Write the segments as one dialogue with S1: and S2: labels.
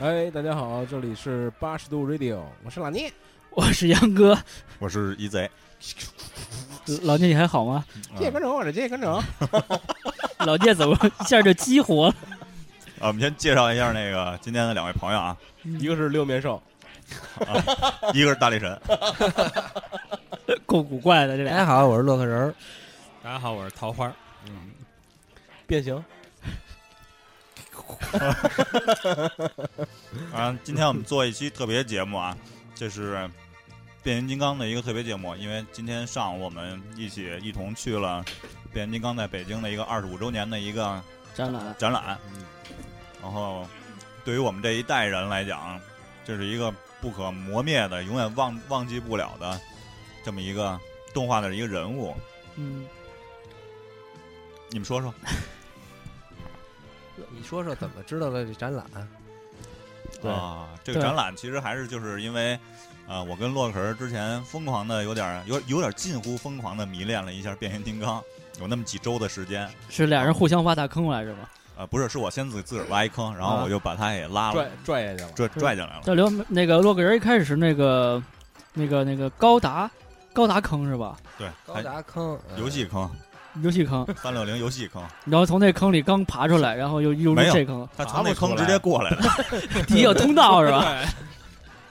S1: 哎，大家好，这里是八十度 Radio，我是老聂。
S2: 我是杨哥，
S3: 我是 E 一贼，
S2: 老聂你还好吗？
S1: 借根轴，我是借根轴。
S2: 老聂怎么 一下就激活了？
S3: 啊，我们先介绍一下那个今天的两位朋友啊，
S1: 一个是六面兽，
S3: 一个是大力神，
S2: 够古怪的这
S4: 大
S2: 俩，
S4: 家好，我是洛克人儿。
S5: 大家好，我是桃花。嗯
S1: 变形
S3: 啊，今天我们做一期特别节目啊，这是变形金刚的一个特别节目，因为今天上午我们一起一同去了变形金刚在北京的一个二十五周年的一个
S2: 展
S4: 啊
S2: 览
S3: 展览，然后对于我们这一代人来讲，这是一个不可磨灭的、永远忘忘记不了的这么一个动画的一个人物，
S2: 嗯，
S3: 你们说说。
S4: 你说说怎么知道的这展览？啊
S1: 对
S3: 啊，这个
S2: 对
S3: 展览其实还是就是因为，呃，我跟洛克儿之前疯狂的有点儿有有点儿近乎疯狂的迷恋了一下变形金刚，有那么几周的时间，
S2: 是俩人互相挖大坑来着吧？
S3: 呃，不是，是我先自自个儿挖一坑，然后我就把他给拉了，
S1: 拽拽下去了。
S3: 拽拽进来了。
S2: 这刘那个洛克人一开始是那个那个那个高达高达坑是吧？
S3: 对，
S4: 高
S3: 还
S4: 达坑
S3: 游戏坑，
S2: 游戏 坑，
S3: 三六零游戏坑，
S2: 然后从那坑里刚爬出来，然后又又入
S3: 没有
S2: 这坑，
S3: 他从那坑直接过来的。
S2: 底有通道是 吧？
S4: 哎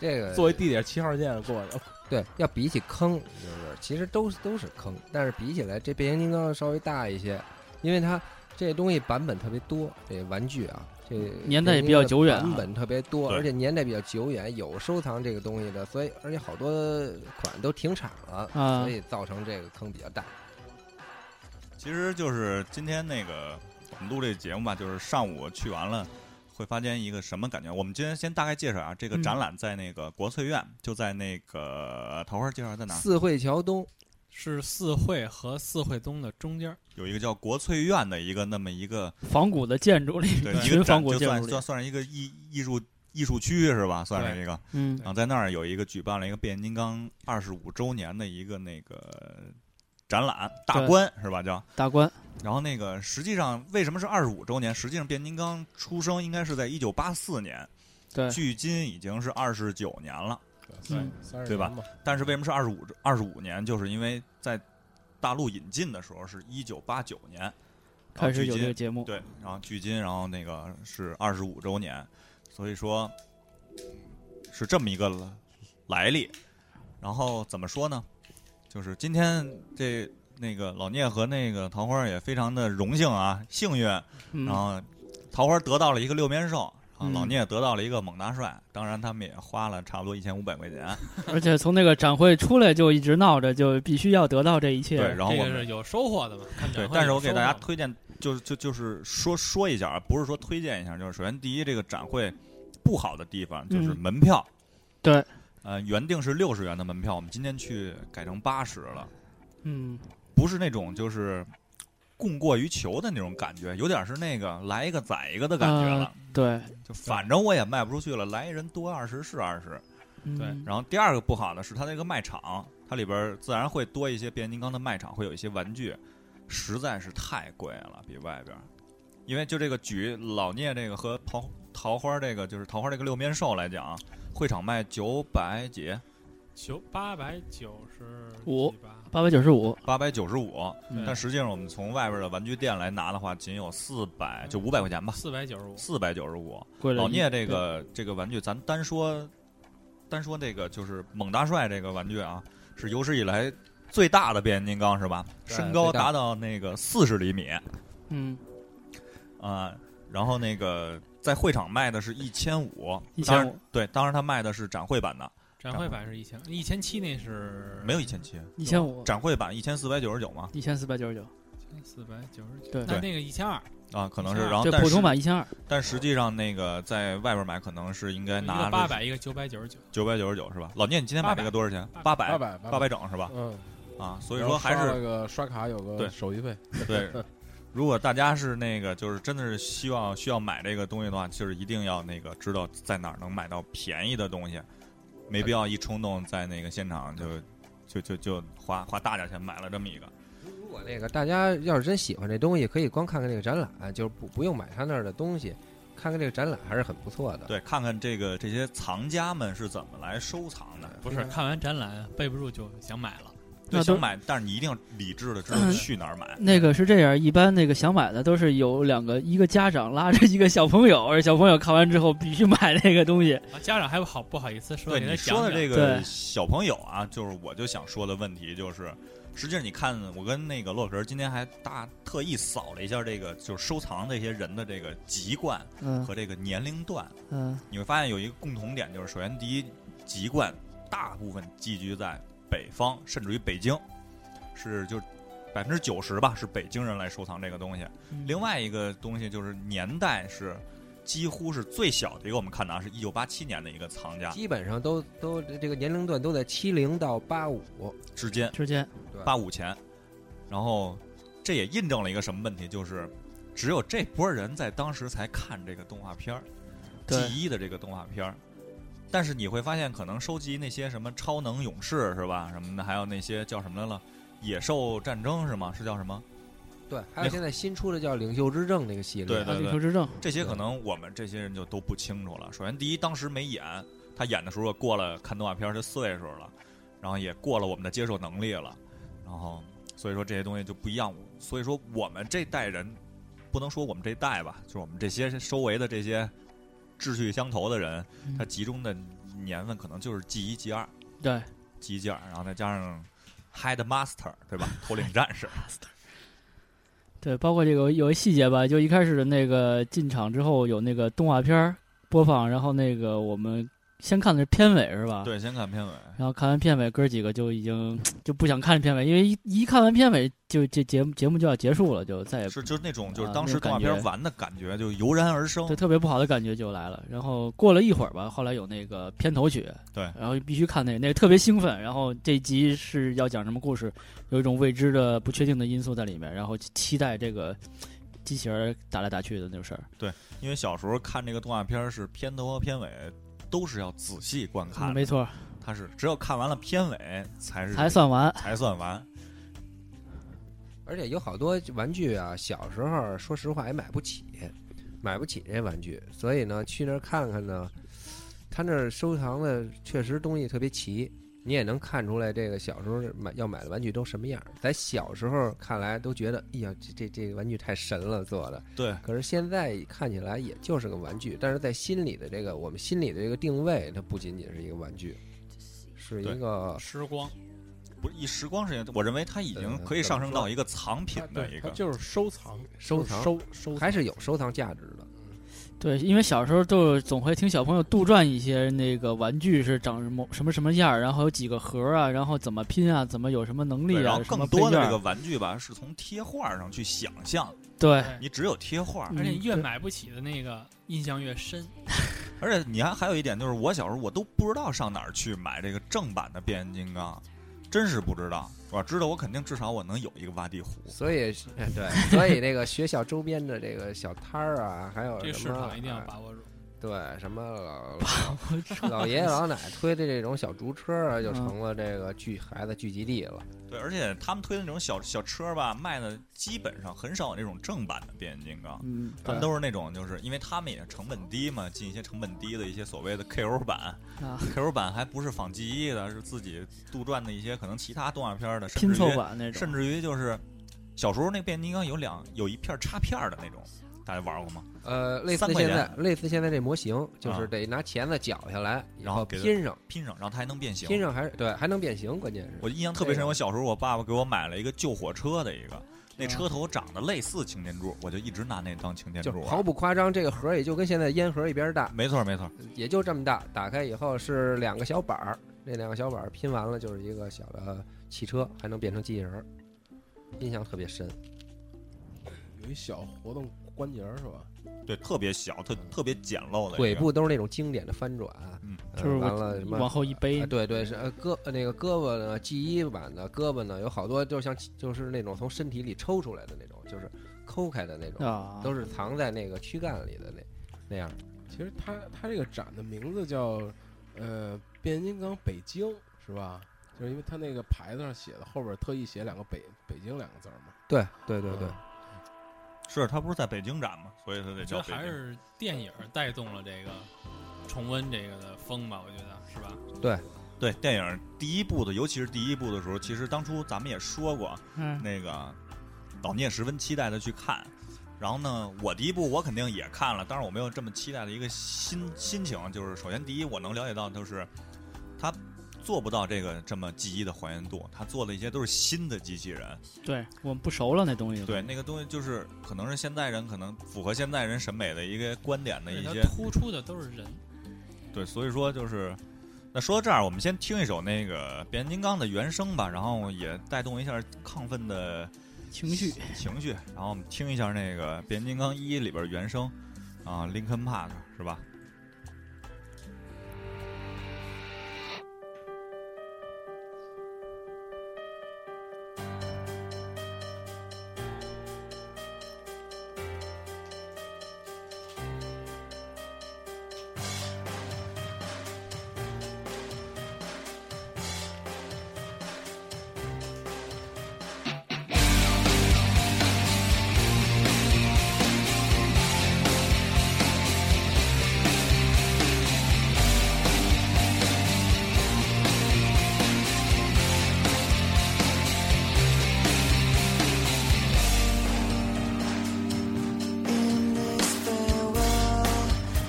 S4: 这个
S1: 哦作为地铁七号线过去，
S4: 对，要比起坑，就是其实都是都是坑，但是比起来，这变形金刚稍微大一些，因为它这东西版本特别多，这玩具啊，这
S2: 嗯年代也比较久远啊
S4: 版本特别多，
S3: 对
S4: 而且年代比较久远，有收藏这个东西的，所以而且好多款都停产了，
S2: 啊
S4: 所以造成这个坑比较大。
S3: 其实就是今天那个我们录这节目吧，就是上午去完了。会发现一个什么感觉？我们今天先大概介绍啊，这个
S2: 嗯
S3: 展览在那个国粹院，就在那个呃桃花介绍在哪儿？
S4: 四惠桥东，
S5: 是四惠和四惠东的中间儿，
S3: 有一个叫国粹院的一个那么一个
S2: 仿古的建筑里，
S3: 对一
S2: 群
S3: 个
S2: 仿
S3: 展，
S2: 古
S3: 就
S2: 建
S3: 算
S2: 筑里
S3: 算，算是一个艺艺术艺术区是吧？算是一个，
S2: 嗯
S3: 然后在那儿有一个举办了一个变形金刚二十五周年的一个那个展览大
S2: 对
S3: 观是吧？叫
S2: 大关，
S3: 然后那个实际上为什么是二十五周年？实际上变形金刚出生应该是在一九八四年，
S2: 对
S3: 距今已经是二十九年了。
S2: 嗯
S1: 三
S3: 对吧？但是为什么是二十五二十五年？就是因为在大陆引进的时候是一九八九年，然后
S2: 开始
S3: 距
S2: 有
S3: 今
S2: 这个节目，
S3: 对，然后距今，然后那个是二十五周年，所以说是这么一个来历。然后怎么说呢？就是今天这那个老聂和那个桃花也非常的荣幸啊，幸运，
S2: 嗯
S3: 然，后桃花得到了一个六面兽。啊，
S2: 嗯
S3: 老聂得到了一个猛大帅，当然他们也花了差不多一千五百块钱。
S2: 而且从那个展会出来就一直闹着，就必须要得到这一切，
S3: 对，然后
S5: 这
S3: 我
S5: 个
S3: 们
S5: 是有收获的嘛？看展
S3: 对，
S5: 会
S3: 但是
S5: 有
S3: 我给
S5: 收
S3: 大家
S5: 获
S3: 推荐，就是就就是说说一下啊，不是说推荐一下，就是首先第一，这个展会不好的地方就是
S2: 嗯
S3: 门票，
S2: 对，
S3: 呃，原定是六十元的门票，我们今天去改成八十了，
S2: 嗯，
S3: 不是那种就是供过于求的那种感觉，有点是那个来一个宰一个的感觉了，
S2: 呃对，
S3: 就反正我也卖不出去了，来一人多二十是二十。
S5: 对
S2: 嗯
S3: 然后第二个不好的是它那个卖场，它里边儿自然会多一些变形金刚的卖场，会有一些玩具，实在是太贵了，比外边儿。因为就这个举老聂这个和桃桃花这个，就是桃花这个六面兽来讲，会场卖九百几，
S5: 九八百九十
S2: 五
S5: 几吧，
S2: 八百九十五，
S3: 八百九十五。
S2: 嗯
S3: 但实际上我们从外边的玩具店来拿的话，仅有四百就五百块钱吧，
S5: 四百九十五。
S3: 四百九十五。
S2: 贵了一
S3: 老聂这个这个玩具，咱单说单说这个就是猛大帅这个玩具啊，是有史以来最大的变形金刚是吧？
S4: 对
S3: 身高
S4: 最大
S3: 达到那个四十厘米啊、
S2: 嗯，
S3: 然后那个在会场卖的是一千五，
S2: 1500
S3: 当然对，当然他卖的是展会版的，
S5: 展会版是一千一千七，那是
S3: 没有一千七，
S2: 一千五，
S3: 展会版一千四百九十九嘛
S2: 一千四百九十九，
S3: 哦
S5: 四百九十九，
S2: 对
S5: 那那个一千二，
S3: 啊，可能是，
S5: 是啊
S3: 然后
S2: 这
S3: 但
S2: 普
S3: 是
S2: 通版一千二，
S3: 但实际上那个在外边买可能是应该
S5: 一
S3: 拿
S5: 个八百，一个九百九十九。
S3: 九百九十九是吧？老聂，你今天买这个多少钱？
S5: 八
S3: 八百
S1: 八百
S3: 八百整是吧？
S1: 嗯，
S3: 啊，所以说还
S1: 然后
S3: 是
S1: 刷了个刷卡有个
S3: 对
S1: 手续费，
S3: 对，如果大家是那个，就是真的是希望需要买这个东西的话，就是一定要那个知道在哪儿能买到便宜的东西，没必要一冲动在那个现场就就就就花花大价钱买了这么一个。
S4: 如果那个大家要是真喜欢这东西，可以光看看这个展览，就是不不用买他那儿的东西，看看这个展览还是很不错的。
S3: 对，看看这个这些藏家们是怎么来收藏的。
S5: 不是看完展览背不住就想买了，
S3: 对，
S2: 那都嗯
S3: 想买，但是你一定要理智的知道去哪儿买。
S2: 那个是这样，一般那个想买的都是有两个，一个家长拉着一个小朋友，而小朋友看完之后必须买那个东西。
S5: 啊家长还好不好意思说
S3: 对
S5: 给他
S3: 你
S5: 讲
S3: 说的
S5: 讲
S3: 这个
S2: 对
S3: 小朋友啊，就是我就想说的问题就是，实际上你看，我跟那个洛皮儿今天还大特意扫了一下这个，就是收藏这些人的这个籍贯
S2: 嗯
S3: 和这个年龄段，
S2: 嗯，
S3: 你会发现有一个共同点，就是首先第一，籍贯大部分寄居在北方，甚至于北京，是就百分之九十吧，是北京人来收藏这个东西。嗯另外一个东西就是年代是几乎是最小的一个，我们看的啊，是一九八七年的一个藏家
S4: 基本上都都这个年龄段都在七零到八五，
S3: 之间
S2: 之间，
S3: 八五前，然后这也印证了一个什么问题，就是只有这波人在当时才看这个动画片儿，记
S2: 对
S3: 忆的这个动画片儿。但是你会发现，可能收集那些什么超能勇士是吧，什么的，还有那些叫什么来了，野兽战争是吗？是叫什么？
S4: 对，还有现在新出的叫《领袖之证》那个系列，
S3: 对对
S2: 啊地球之证，
S3: 这些可能我们这些人就都不清楚了。首先，第一，当时没演，他演的时候过了看动画片儿的岁数了，然后也过了我们的接受能力了，然后所以说这些东西就不一样。所以说我们这代人，不能说我们这代吧，就是我们这些周围的这些志趣相投的人，
S2: 嗯
S3: 他集中的年份可能就是 G 一、G 二、
S2: 对，
S3: G 一、G 二，然后再加上 Head Master 对吧？头领战 士，
S2: 对，包括这个有一细节吧，就一开始的那个进场之后有那个动画片儿播放，然后那个我们先看的是片尾是吧？。
S3: 对，先看片尾。
S2: 然后看完片尾，哥几个就已经就不想看片尾，因为一一看完片尾就这节目节目就要结束了，就再也
S3: 是，就是那种，就是
S2: 啊
S3: 当
S2: 那
S3: 时
S2: 种
S3: 动画
S2: 感
S3: 片儿
S2: 觉
S3: 玩的感觉，就油然而生
S2: 对。特别不好的感觉就来了。然后过了一会儿吧，后来有那个片头曲，
S3: 对
S2: 然后必须看那个，那个特别兴奋。然后这集是要讲什么故事，有一种未知的不确定的因素在里面，然后期待这个机器人打来打去的那种事儿，
S3: 因为小时候看这个动画片儿是片头和片尾都是要仔细观看
S2: 嗯
S3: 的，
S2: 没错，
S3: 它是只有看完了片尾才是
S2: 才算完。
S3: 才算完。
S4: 而且有好多玩具啊，小时候说实话也买不起，买不起这玩具，所以呢，去那儿看看呢，他那儿收藏的确实东西特别齐，你也能看出来这个小时候买要买的玩具都什么样儿。在小时候看来都觉得，哎呀，这这这个玩具太神了做的，
S3: 对，
S4: 可是现在看起来也就是个玩具，但是在心里的这个我们心里的这个定位，它不仅仅是一个玩具，是
S3: 对
S4: 一个
S5: 时光
S3: 不是一时光时间，我认为它已经
S4: 嗯
S3: 可以上升到一个藏品的
S6: 对
S3: 一，个。
S6: 它就是收藏，
S4: 收藏
S6: 收收
S4: 还是有收藏价值的。
S2: 对，因为小时候就总会听小朋友杜撰一些那个玩具是长什么什么什么样儿，然后有几个盒儿啊，然后怎么拼啊，怎么有什么能
S3: 对，
S2: 力
S3: 然
S2: 啊
S3: 后，
S2: 什么
S3: 更
S2: 配
S3: 多
S2: 件
S3: 的
S2: 儿
S3: 这个玩具吧，是从贴画上去想象，
S2: 对，
S5: 对
S3: 你只有贴画。
S2: 嗯
S5: 而且你越
S2: 对
S5: 买不起的那个印象越深，
S3: 而且你还还有一点就是，我小时候我都不知道上哪儿去买这个正版的变形金刚，真是不知道。我知道我肯定至少我能有一个挖地虎。
S4: 所以，哎对， 所以这个学校周边的这个小摊儿啊，还有
S5: 这个市
S4: 什么
S5: 场一定
S6: 哎
S5: 要把握住。
S4: 对什么老老爷爷老奶奶推的这种小竹车啊，就成了这个聚孩子聚集地了。
S3: 对，而且他们推的那种小小车吧，卖的基本上很少有那种正版的变形金刚，
S2: 嗯，对
S3: 他们都是那种就是因为他们也成本低嘛，进一些成本低的一些所谓的 KO 版
S2: 啊
S3: ，KO 版还不是仿记忆的，是自己杜撰的一些可能其他动画片儿的，甚
S2: 拼
S3: 至
S2: 凑
S3: 于
S2: 版那种，
S3: 甚至于就是小时候那变形金刚有两有一片插片儿的那种，大家玩过吗？
S4: 呃，类似
S3: 三块
S4: 现
S3: 钱
S4: 在类似现在这模型，就
S3: 啊
S4: 是得拿钳子绞下来，
S3: 然后给它
S4: 拼上，
S3: 拼上，然后它还能变形。
S4: 拼上还是对，还能变形，关键是。
S3: 我印象特别深，
S4: 这个
S3: 我小时候我爸爸给我买了一个旧火车的一个，那
S2: 啊
S3: 车头长得类似擎天柱，我就一直拿那当擎天
S4: 就
S3: 柱玩
S4: 毫。不夸张，这个盒儿也就跟现在烟盒儿一边儿大，
S3: 没错没错，
S4: 也就这么大。打开以后是两个小板儿，那两个小板儿拼完了就是一个小的汽车，还能变成机器人儿，印象特别深。
S6: 有一小活动关节儿是吧？
S3: 对，特别小，特特别简陋的一个
S4: 腿部都是那种经典的翻转，
S3: 哎嗯
S4: 呃
S2: 就是
S4: 完
S2: 我
S4: 了什么
S2: 往后一背
S4: 啊对对是呃胳呃那个胳膊呢，G 一版的胳膊呢有好多就像就是那种从身体里抽出来的那种，就是抠开的那种，
S2: 啊，
S4: 都是藏在那个躯干里的那那样。
S3: 嗯
S6: 其实它它这个展的名字叫呃变形金刚北京是吧？就是因为它那个牌子上写的后边儿特意写两个北北京两个字儿嘛。
S4: 对对对对，
S6: 嗯
S3: 是他不是在北京展嘛，所以他得
S5: 我觉
S3: 叫
S5: 得
S3: 北
S5: 还
S3: 京。
S5: 是电影带动了这个重温这个的风吧，我觉得是吧？
S3: 对，电影第一部的，尤其是第一部的时候，其实当初咱们也说过，
S2: 嗯，
S3: 那个老聂十分期待的去看。然后呢，我第一部我肯定也看了，但是我没有这么期待的一个心心情，就是首先第一，我能了解到就是他做不到这个这么记忆的还原度，他做的一些都是新的机器人，
S2: 对我们不熟了那东西。
S3: 对，那个东西就是可能是现代人可能符合现代人审美的一个观点的一
S5: 而且
S3: 些
S5: 它突出的都是人，
S3: 对，所以说就是，那说到这儿，我们先听一首那个变形金刚的原声吧，然后也带动一下亢奋的
S2: 情绪，
S3: 情绪，然后我们听一下那个变形金刚一里边原声啊，Linkin Park 是吧？
S7: In this farewell,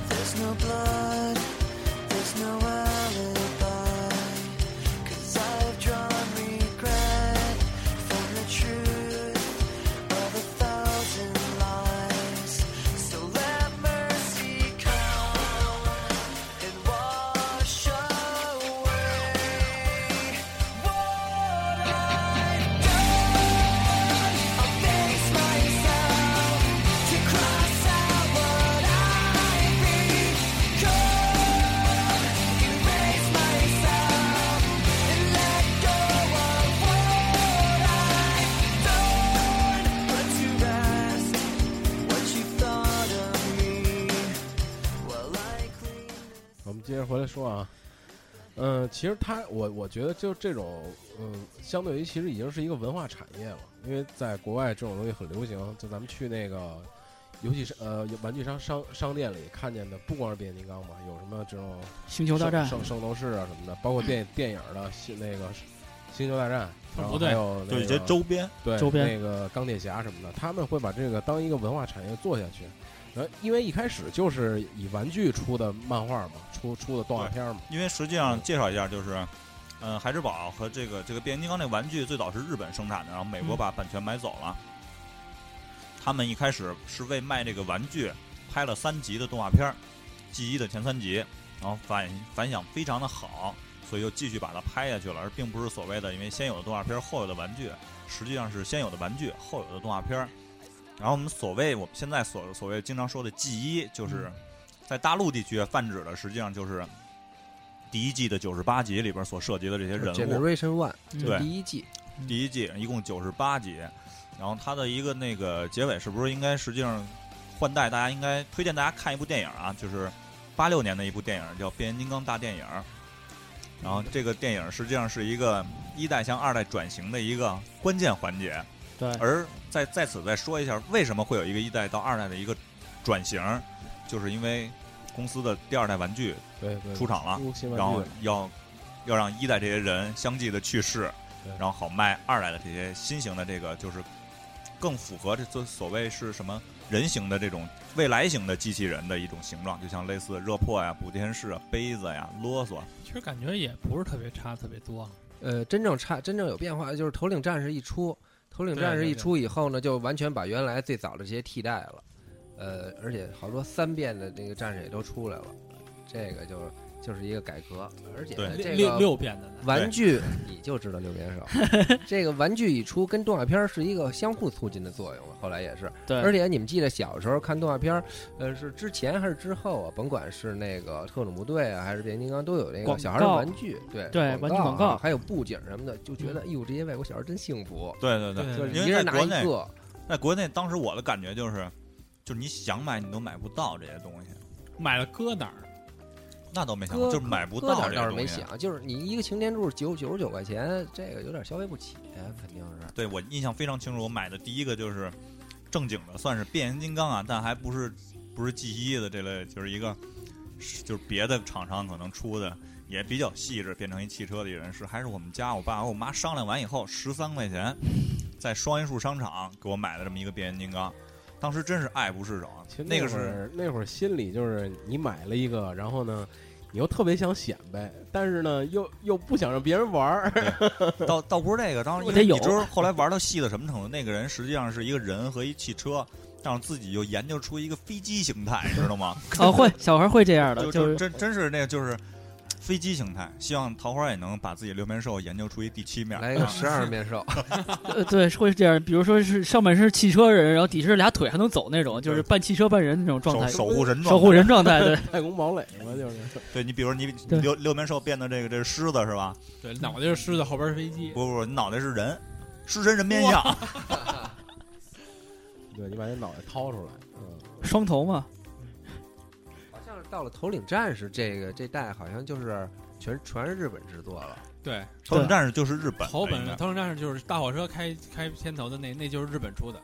S7: there's no blood, there's no alibi. 'Cause I've drawn regret from the truth of a thousand lies. So let mercy come and wash away what I've done. I'll face myself. To cross out what I become, erase myself and let go of what I've done. Put to rest what you thought of me while I clean.
S6: 我们接着回来说啊，嗯，其实它我我觉得就这种，嗯，相对于其实已经是一个文化产业了，因为在国外这种东西很流行。就咱们去那个游戏商呃玩具商商商店里看见的，不光是变形金刚嘛，有什么这种
S2: 星球大战，
S6: 圣圣圣斗士啊什么的，包括电电影的新那个星球大战，然后
S5: 不对
S6: 还有那
S3: 就
S6: 个
S3: 一些周边，
S6: 对
S2: 周边
S6: 那个钢铁侠什么的，他们会把这个当一个文化产业做下去。呃，因为一开始就是以玩具出的漫画嘛，出出的动画片嘛，
S3: 因为实际上介绍一下就是。嗯，孩之宝和这个这个变形金刚这玩具最早是日本生产的，然后美国
S2: 嗯
S3: 把版权买走了。他们一开始是为卖这个玩具拍了三集的动画片儿，《记忆》的前三集，哦然后反反响非常的好，所以又继续把它拍下去了，而并不是所谓的因为先有的动画片儿后有的玩具，实际上是先有的玩具后有的动画片儿。然后我们所谓我们现在所所谓经常说的“记忆”，就是在大陆地区泛指的，实际上就是第一季的九十八集里边所涉及的这些人物。哎
S4: Generation One
S2: 嗯
S4: 这是第一季，
S3: 第一季一共九十八集，然后它的一个那个结尾是不是应该实际上换代？大家应该推荐大家看一部电影啊，就是八六年的一部电影叫《变形金刚大电影》。然后这个电影实际上是一个一代向二代转型的一个关键环节，
S2: 对，
S3: 而在在此再说一下，为什么会有一个一代到二代的一个转型，就是因为公司的第二代玩具
S6: 对对，
S3: 出场了，
S6: 出新玩
S3: 然
S6: 具
S3: 后要要让一代这些人相继的去世
S6: 对，
S3: 然后好卖二代的这些新型的这个就是更符合这所所谓是什么人形的这种未来型的机器人的一种形状，就像类似热破呀、补天士啊、杯子呀、啰嗦，啊
S5: 其实感觉也不是特别差，特别多。啊
S4: 呃，真正差真正有变化的就是头领战士一出，头领
S5: 对
S4: 战士
S5: 对
S4: 一
S5: 对
S4: 出以后呢，就完全把原来最早的这些替代了，呃，而且好多三变的那个战士也都出来了，这个就是就是一个改革，而且
S3: 对
S4: 呢
S5: 六
S4: 这
S5: 六
S4: 个
S5: 六遍的呢，
S4: 玩具你就知道六边手， 这个玩具一出跟动画片儿是一个相互促进的作用了，后来也是，
S2: 对，
S4: 而且你们记得小时候看动画片儿，呃，是之前还是之后啊？甭管是那个特种部队啊，还是变形金刚，都有那个
S2: 广
S4: 小孩儿的
S2: 告
S4: 玩具，对
S2: 对玩具
S4: 啊
S2: 广告
S4: 还有布景什么的，就觉得哎呦，这些外国小孩儿真幸福，
S3: 对对对，
S5: 对
S4: 就是
S5: 对
S3: 因为
S4: 一人
S3: 在
S4: 拿
S3: 国
S4: 一
S3: 内
S4: 个。
S3: 在国内当时我的感觉就是，就是你想买你都买不到这些东西，
S5: 买了搁哪儿？
S3: 那倒没想过，
S4: 搁
S3: 就是买不
S4: 搁哪
S3: 到
S4: 儿
S3: 这
S4: 倒
S3: 些
S4: 是没
S3: 东西。啊
S4: 想，就是你一个擎天柱九九十九块啊
S3: 啊
S4: 钱，这个有点消费不起，肯定是。
S3: 对我印象非常清楚，我买的第一个就是正经的，算是变形金刚啊，但还不是不是 G 一的这类，就是一个是就是别的厂商可能出的也比较细致，变成一汽车的一人是还是我们家我爸和我妈商量完以后，十三块钱在双榆树商场给我买的这么一个变形金刚，当时真是爱不释手，啊
S6: 其实
S3: 那个
S6: 会
S3: 是
S6: 儿那会儿心里就是你买了一个，然后呢，你又特别想显摆，但是呢又又不想让别人玩儿。
S3: 倒倒不是这个，当时
S2: 我
S3: 因
S2: 得
S3: 为
S2: 有
S3: 你知道后来玩到细到什么程度？那个人实际上是一个人和一汽车，但是自己又研究出一个飞机形态，你知道吗？
S2: 哦，会小孩会这样的，
S3: 就
S2: 就是
S3: 真真是那个就是飞机形态。希望桃花也能把自己六面兽研究出一第七面。
S4: 来一个
S3: 啊
S4: 十二面兽，
S2: 呃，对，会是这样。比如说是上半身是汽车人，然后底下是俩腿还能走那种，就是半汽车半人那种状
S3: 守
S2: 态，
S3: 守护神状态
S2: 守护。人状态。对，
S6: 太空堡垒嘛，就是
S3: 对你，比如你
S2: 对
S3: 六六面兽变得这个这是狮子是吧？
S5: 对，脑袋是狮子，后边是飞机。
S3: 不不不，你脑袋是人，狮身人面像。
S6: 对你把那脑袋掏出来，嗯，
S2: 双头嘛，
S4: 好像是到了头领战士这个这代，好像就是全全是日本制作了。
S5: 对，
S3: 头等战士就是日本的，
S5: 头
S3: 应该
S5: 本头等战士就是大火车开开片头的那，那就是日本出的，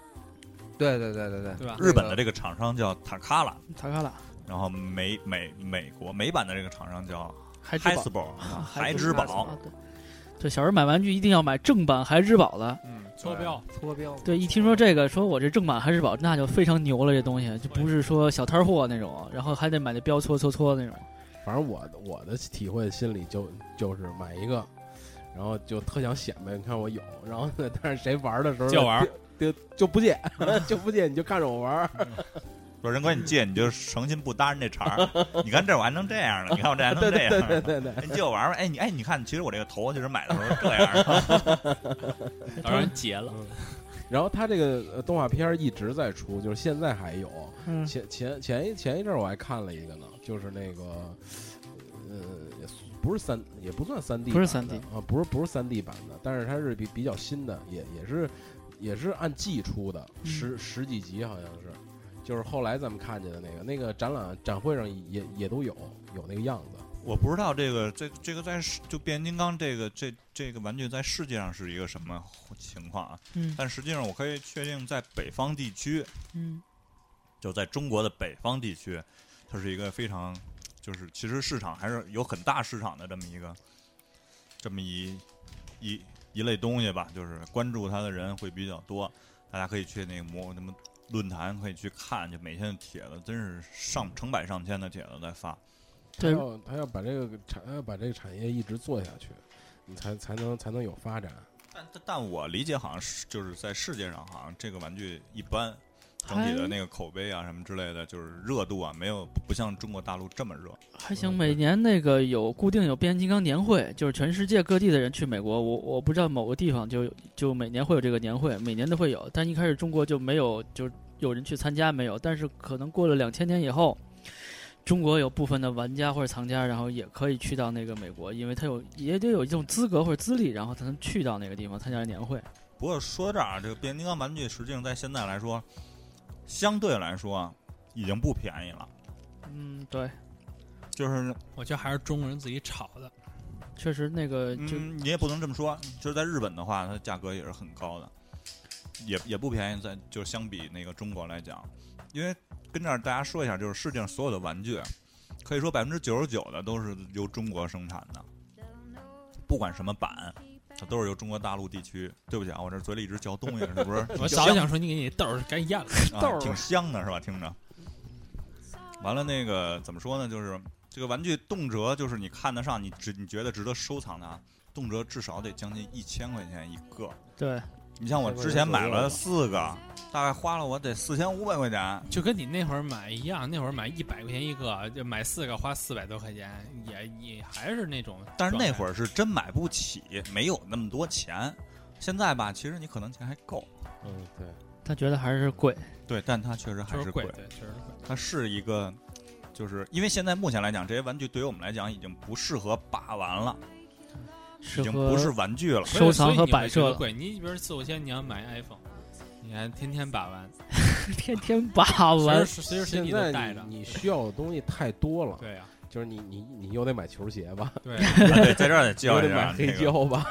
S4: 对对对对对，
S5: 对吧？
S3: 日本的这个厂商叫塔卡拉，
S2: 塔卡拉，
S3: 然后美美美国美版的这个厂商叫
S2: 孩之
S3: 海
S2: 宝
S3: 斯，堡，
S2: 啊
S3: 孩之宝。。
S2: 孩对对，小时候买玩具一定要买正版孩之宝的。
S5: 嗯，坐标
S4: 搓标
S2: 对，一听说这个，说我这正版孩之宝，那就非常牛了，这东西就不是说小摊货那种，然后还得买那标搓搓搓那种。
S6: 反正我我的体会心里就就是买一个，然后就特想显摆，你看我有，然后呢，但是谁玩的时候
S5: 就玩儿
S6: 就，就就不借， 就不借，你就看着我玩儿。
S3: 说人管你借，你就诚心不搭人这茬儿。你看这我还能这样呢，你看我这还能这样。
S6: 对对 对，
S3: 哎你借我玩玩，哎你哎你看，其实我这个头其实买的时候是这样的，
S5: 当然结了，
S6: 然后他这个呃动画片儿一直在出，就是现在还有。
S2: 嗯，
S6: 前前前一前一阵儿我还看了一个呢，就是那个，呃，也不是三，也不算三 D，
S2: 不是 3D
S6: 啊，不是不是三 D 版的，但是它是比比较新的，也也是也是按季出的，
S2: 嗯
S6: 十十几集好像是，就是后来咱们看见的那个，那个展览展会上也也都有有那个样子。
S3: 我不知道这个这这个在世就变形金刚这个这这个玩具在世界上是一个什么情况啊？
S2: 嗯
S3: 但实际上我可以确定，在北方地区，
S2: 嗯，
S3: 就在中国的北方地区，它是一个非常就是其实市场还是有很大市场的这么一个这么一一一类东西吧，就是关注它的人会比较多，大家可以去那个魔什么论坛可以去看，就每天的帖子真是上成百上千的帖子在发。
S2: 对
S6: 他要他要把这个产他要把这个产业一直做下去，你才才能才能有发展。
S3: 但但但我理解好像是就是在世界上好像这个玩具一般。整体的那个口碑啊，什么之类的，就是热度啊，没有不像中国大陆这么热。
S2: 还行，
S6: 嗯
S2: 每年那个有固定有变形金刚年会，就是全世界各地的人去美国，我我不知道某个地方就有就每年会有这个年会，每年都会有，但一开始中国就没有，就有人去参加没有，但是可能过了两千年以后，中国有部分的玩家或者藏家，然后也可以去到那个美国，因为他有也得有一种资格或者资历，然后才能去到那个地方参加年会。
S3: 不过说到这儿啊，这个变形金刚玩具实际上在现在来说，相对来说啊已经不便宜了。
S2: 嗯，对，
S3: 就是，
S5: 我觉得还是中国人自己炒的。？
S2: 确实那个就、
S3: 嗯，你也不能这么说。就是在日本的话，它价格也是很高的，也也不便宜在。就相比那个中国来讲，因为跟这儿大家说一下，就是世界上所有的玩具，可以说百分之九十九的都是由中国生产的，不管什么版，它都是由中国大陆地区。对不起啊，我这嘴里一直嚼东西，是不是
S5: 我早就想说你给你豆儿赶紧咽了。
S3: 啊，挺香的是吧？听着。完了，那个怎么说呢？就是这个玩具动辄就是你看得上，你值你觉得值得收藏的，啊，动辄至少得将近一千块钱一个。
S2: 对，
S3: 你像我之前买了四个，大概花了我得四千五百块钱。
S5: 就跟你那会儿买一样，那会儿买一百块钱一个，就买四个花四百多块钱，也也还是那种。
S3: 但是那
S5: 儿
S3: 会儿是真买不起，没有那么多钱。现在吧，其实你可能钱还够，
S6: 嗯，对。
S2: 他觉得还是贵。
S3: 对，但它确实还
S5: 确
S3: 是
S5: 实
S3: 贵
S5: 贵，。对，确实贵。
S3: 它是一个，就是因为现在目前来讲，这些玩具对于我们来讲已经不适合把玩了，
S2: 适
S3: 已经
S2: 合
S3: 不是玩具了。
S2: 收藏和摆设了
S5: 所以你会觉得贵。你比如四五千，你要买 iPhone，你还天天把玩，
S2: 天天把玩
S5: 随时随时随地
S6: 现
S5: 都
S6: 在
S5: 带着。
S6: 你你需要的东西太多了，
S5: 对呀、
S6: 就是你你你又得买球鞋吧，
S5: 对，
S3: 对，在这儿得
S6: 又
S3: 教
S6: 得
S3: 一
S6: 买
S3: 下
S6: 黑
S3: 那个嗯
S6: 胶吧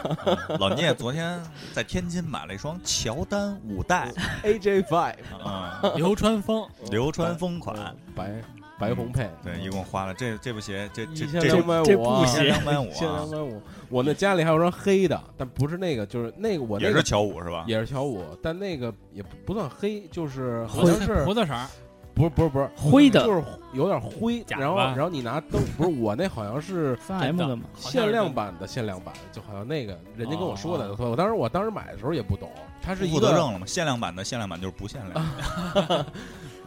S3: 老聂昨天在天津买了一双乔丹五 代，
S6: ，AJ Five
S3: 啊，
S5: 流川枫，
S3: 流川枫款，
S6: 白白红配，
S3: 嗯
S6: 嗯
S3: 对，一共花了这这部鞋，这这
S6: 一千
S3: 这
S6: 两百
S2: 这
S6: 五啊，
S2: 布
S3: 一
S2: 鞋
S3: 千两百五
S6: 一千
S3: 啊
S6: 两，百五。我那家里还有双黑的，但不是那个，就是那个我
S3: 也
S6: 那
S3: 是
S6: 个
S3: 乔五是吧？
S6: 也是乔五，但那个也不不算黑，就是好
S5: 胡
S6: 像
S5: 子
S6: 是
S5: 胡子色儿，
S6: 不是不是不是
S2: 灰的
S6: 就是有点灰，
S5: 假
S6: 然后
S5: 吧
S6: 然后你拿灯，不是我那好像是
S2: 三 M 的嘛，
S5: 好像
S6: 限
S5: 是
S6: 量版的限量版，就好像那个人家跟我说的，
S5: 哦
S6: 我当时我当时买的时候也不懂，它是一
S3: 负责
S6: 个
S3: 证了吗？限量版的限量版就是不限 量，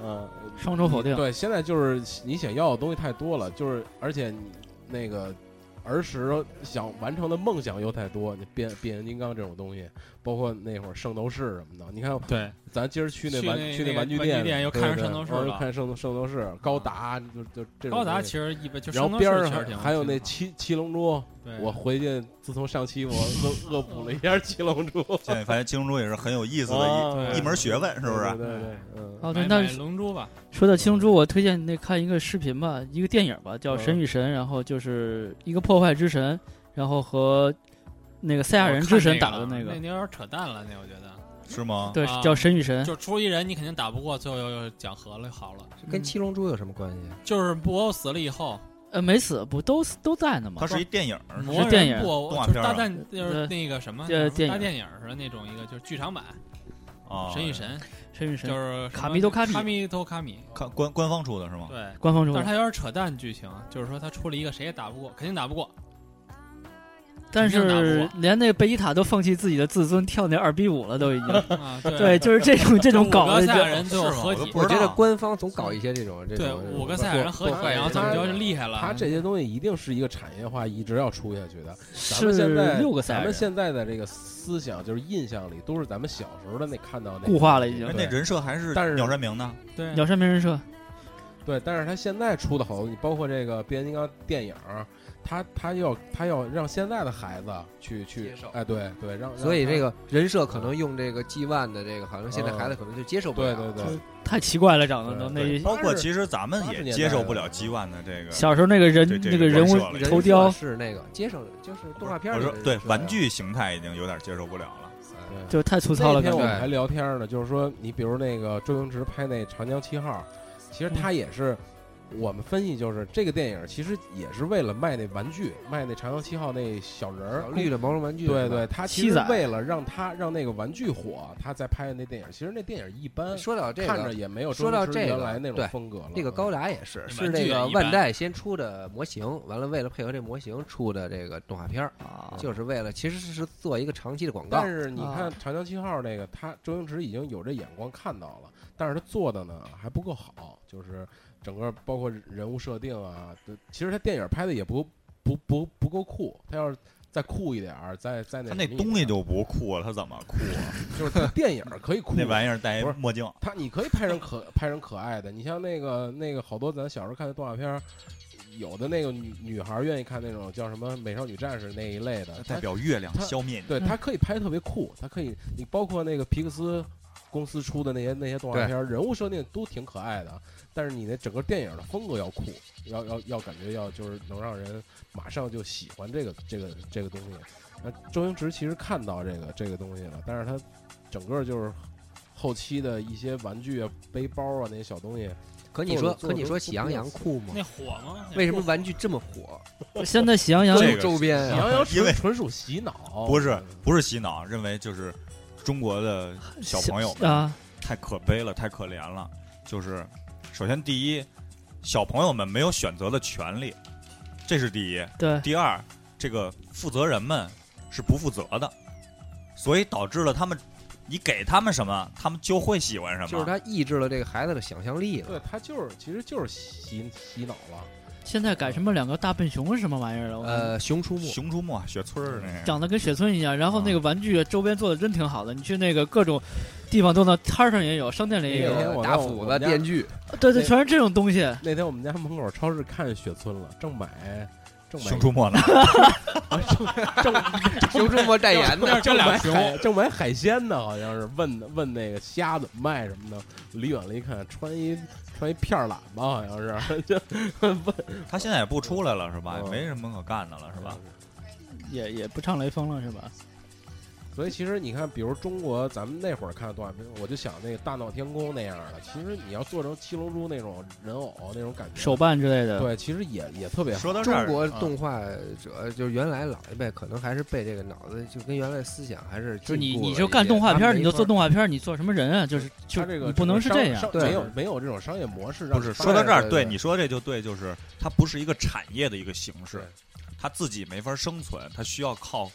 S6: 呃
S2: 双重
S5: 嗯
S2: 否定。
S6: 对，现在就是你想要的东西太多了，就是而且你那个儿时想完成的梦想又太多，你变变形金刚这种东西，包括那会儿圣斗士什么的，你看
S5: 对，
S6: 咱今儿去那
S5: 去
S6: 玩
S5: 那
S6: 去
S5: 那个
S6: 玩具
S5: 玩具店
S6: 店
S5: 又
S6: 对
S5: 看上
S6: 对
S5: 圣斗士
S6: 玩儿
S5: 了嗯
S6: 看圣斗圣斗士、高达，就就这种
S5: 高达
S6: 东
S5: 其
S6: 西。
S5: 实一般，就
S6: 然后
S5: 圣斗
S6: 边
S5: 士
S6: 儿
S5: 其实
S6: 还
S5: 挺
S6: 还有
S5: 挺
S6: 那
S5: 好
S6: 七七龙珠，
S5: 对
S6: 我回去自从上期我 恶恶补了一下七 龙珠，
S3: 现在发现七龙珠也是很有意思的
S6: 啊
S5: 哦
S3: 一一门学问，是不
S6: 对
S3: 是？
S6: 对对，嗯，
S5: 买
S2: 哦，对，
S5: 买
S2: 那
S5: 龙珠吧，
S2: 说到七龙珠，我推荐那看一个视频吧，一个电影吧，叫《神与神》，
S5: 嗯
S2: 然后就是一个破坏之神，然后和那个赛亚人之神打的
S5: 哦那
S2: 那个，
S5: 那有点扯淡了，那我觉得，
S3: 是吗？
S2: 对，
S5: 啊
S2: 叫《神与神》。
S5: 就出一人你肯定打不过，最后又又讲和了好了，
S4: 跟七龙珠有什么关系？啊
S5: 就是布欧死了以后，
S2: 呃，没死，不都都在呢吗
S3: 它？是一电影儿，
S6: 嗯
S5: 魔
S2: 电
S5: 人
S2: 影
S5: 布
S3: 动
S5: 欧
S3: 画
S5: 就是
S3: 片儿
S5: 大
S3: 啊
S5: 战就是
S2: 对
S5: 那个什么
S2: 对
S5: 那什么
S2: 电
S5: 大
S2: 影
S5: 电影似的那种一个就是剧场版
S3: 啊，
S5: 《神与神
S2: 神与》，神
S5: 就是什么
S2: 卡密都卡密
S5: 卡密都卡密，
S3: 看官官方出的是吗？
S5: 对。
S2: 官方出
S5: 但是
S2: 的，
S5: 他有点扯淡剧情，啊就是说他出了一个谁也打不过，肯定打 不过，
S2: 但
S5: 肯定打
S2: 是
S5: 不
S2: 连那个贝吉塔都放弃自己的自尊，跳那二逼舞了，都已经。
S5: 啊，对
S2: 对，就是这 种这种搞
S5: 五个
S2: 的就
S5: 赛亚人最后
S3: 是吗
S5: 合
S3: 我都
S5: 体
S3: 不，
S4: 我
S3: 知
S4: 觉得
S3: 道
S4: 官方总搞一些这种这
S5: 对，
S4: 种
S5: 五个赛亚人合体，
S6: 不不
S5: 然后怎么着就厉害了？
S6: 它这些东西一定是一个产业化，一直要出下去的。咱
S2: 是
S6: 们现在
S2: 六个赛亚
S6: 咱们
S2: 人
S6: 现在的这个思想就是印象里都是咱们小时候的那看到那
S2: 固化了已经
S3: 哎
S6: 对
S3: 那人设还是
S6: 但是
S3: 鸟山明呢？
S5: 对，
S2: 鸟山明人设，
S6: 对，但是他现在出的好多，你包括这个变形金刚电影儿，他他要他要让现在的孩子去去
S4: 接受
S6: 哎，对对，让
S4: 所以
S6: 让他
S4: 这个人设可能用这个 G one 的这个，好像现在孩子可能就接受不
S6: 对
S4: 了。
S6: 对对
S2: 就是太奇怪了，长得都
S6: 对
S2: 那
S3: 包括
S6: 是
S3: 其实咱们
S6: 八十
S3: 也
S6: 年
S3: 接
S6: 代
S3: 受
S6: 的
S3: 不了 G One 的这个
S2: 小时候那个人
S3: 这这
S2: 那个人
S3: 人
S2: 物
S3: 设了
S4: 人设
S2: 头雕
S4: 是那个接受，就是动画片
S3: 我
S4: 里
S3: 说
S4: 的
S3: 对
S4: 人设
S3: 玩具形态已经有点接受不了了。
S6: 对
S2: 就太粗糙了，
S6: 那
S2: 感
S6: 天我
S2: 觉
S6: 们还聊天呢，就是说，你比如那个周星驰拍那《长江七号》，其实
S2: 嗯
S6: 他也是，我们分析就是这个电影其实也是为了卖那玩具，卖那《长江七号》那小人
S4: 小
S6: 儿。
S4: 绿的毛绒玩具，
S6: 对对，，他其
S2: 七
S6: 实
S2: 仔
S6: 为了让他让那个玩具火，他才拍的那电影。其实那电影一般，
S4: 说到这
S6: 看着
S4: 个，
S6: 也没有
S4: 说
S6: 周
S4: 到
S6: 星驰
S4: 这个
S6: 原来那
S4: 对
S6: 种风格了。
S4: 这个高达也是，
S5: 嗯
S4: 是那
S5: 玩
S4: 个
S5: 具也一般
S4: 万代先出的模型，完了为了配合这模型出的这个动画片儿，
S2: 啊，
S4: 就是为了其实是做一个长期的广告
S6: 但。是你看
S2: 啊
S6: 《长江七号》那个，他周星驰已经有这眼光看到了，但是他做的呢还不够好，就是整个包括人物设定啊，对其实他电影拍的也不不不不够酷，他要是再酷一点儿，再再那
S3: 他那
S6: 什么一
S3: 东
S6: 点
S3: 西
S6: 儿
S3: 就不酷了，他怎么酷啊？
S6: 就是他电影儿可以酷，
S3: 那玩意儿戴一
S6: 不是
S3: 墨镜，
S6: 他你可以拍成可 拍成可爱的，你像那个那个好多咱小时候看的动画片儿，有的那个女女孩儿愿意看那种叫什么美少女战士那一类的，
S3: 代
S6: 她
S3: 表月亮
S6: 他
S3: 消灭你。
S6: 对，它可以拍特别酷，它可以，你包括那个皮克斯公司出的那些那些动画
S4: 对
S6: 片儿，人物设定都挺可爱的，但是你那整个电影的风格要酷，要要要感觉要就是能让人马上就喜欢这个这个这个东西。那周星驰其实看到这个这个东西了，但是他整个就是后期的一些玩具啊、背包啊那些小东西，
S4: 可你
S6: 做
S4: 说，
S6: 的
S4: 可
S6: 做的
S4: 你
S6: 都
S4: 说
S6: 不
S4: 喜羊羊酷吗
S5: 那？火吗？
S4: 为什么玩具这么火？
S2: 现在喜羊羊
S3: 这
S4: 各
S3: 个
S4: 种周边
S6: 喜
S4: 啊，
S6: 羊羊
S3: 哎因为
S6: 纯纯属洗脑，
S3: 不是不是洗脑，认为就是中国的小朋 友们
S2: 啊，
S3: 太可悲了，太可怜了。就是首先第一，小朋友们没有选择的权利，这是第一。
S2: 对，
S3: 第二，这个负责人们是不负责的，所以导致了他们，你给他们什么，他们就会喜欢什么。
S4: 就是它抑制了这个孩子的想象力了。
S6: 对，他就是其实就是洗洗脑了。
S2: 现在改什么两个大笨熊是什么玩意儿了，我感觉
S4: 呃，熊出没，
S3: 熊出没》雪村儿那个，
S2: 长得跟雪村一样，然后那个玩具周边做的真挺好的，你去那个各种地方都能，摊儿上也有，商店里也有，
S6: 那天我
S4: 大
S6: 在我
S4: 斧子、
S6: 们家
S4: 电锯，
S2: 对对，
S6: 那
S2: 全是这种东西。
S6: 那天我们家门口超市看雪村了，正买正
S3: 《
S6: 白
S3: 熊出没》呢？
S4: 熊出没 代言的，
S5: 那这
S6: 正
S5: 俩
S6: 买
S5: 熊，
S6: 哎海正买海鲜呢，好像是问问那个虾怎么卖什么的。离远了一看，穿一穿一片儿喇叭，好像是 就问
S3: 他现在也不出来了是吧？
S6: 嗯
S3: 也没什么可干的了是吧？？
S2: 也也不唱雷锋了是吧？
S6: 所以其实你看，比如中国，咱们那会儿看的动画片，我就想那个大闹天宫那样的。其实你要做成七龙珠那种人偶那种感觉，
S2: 手办之类的，
S6: 对，其实也也特别好。
S3: 说到这
S4: 中
S3: 儿，
S2: 啊
S4: 国动画者呃就是原来老一辈可能还是被这个脑子就跟原来思想还是
S2: 就是你
S4: 进步了
S2: 你
S4: 一
S2: 就干
S4: 些
S2: 动画
S4: 他
S2: 片儿，
S4: 没
S2: 你就
S4: 法
S2: 做动画片儿，你做什么人啊？就是就
S6: 它这个
S2: 你不能是
S6: 整个
S2: 这样
S6: 商，商
S4: 对
S6: 没有没有这种商业模式让
S3: 不
S6: 你
S3: 是
S6: 发
S3: 说到这儿，
S4: 对
S3: 对
S4: 对
S3: 你说这就对，就是它不是一个产业的一个形式
S6: 对，
S3: 它自己没法生存，它需要靠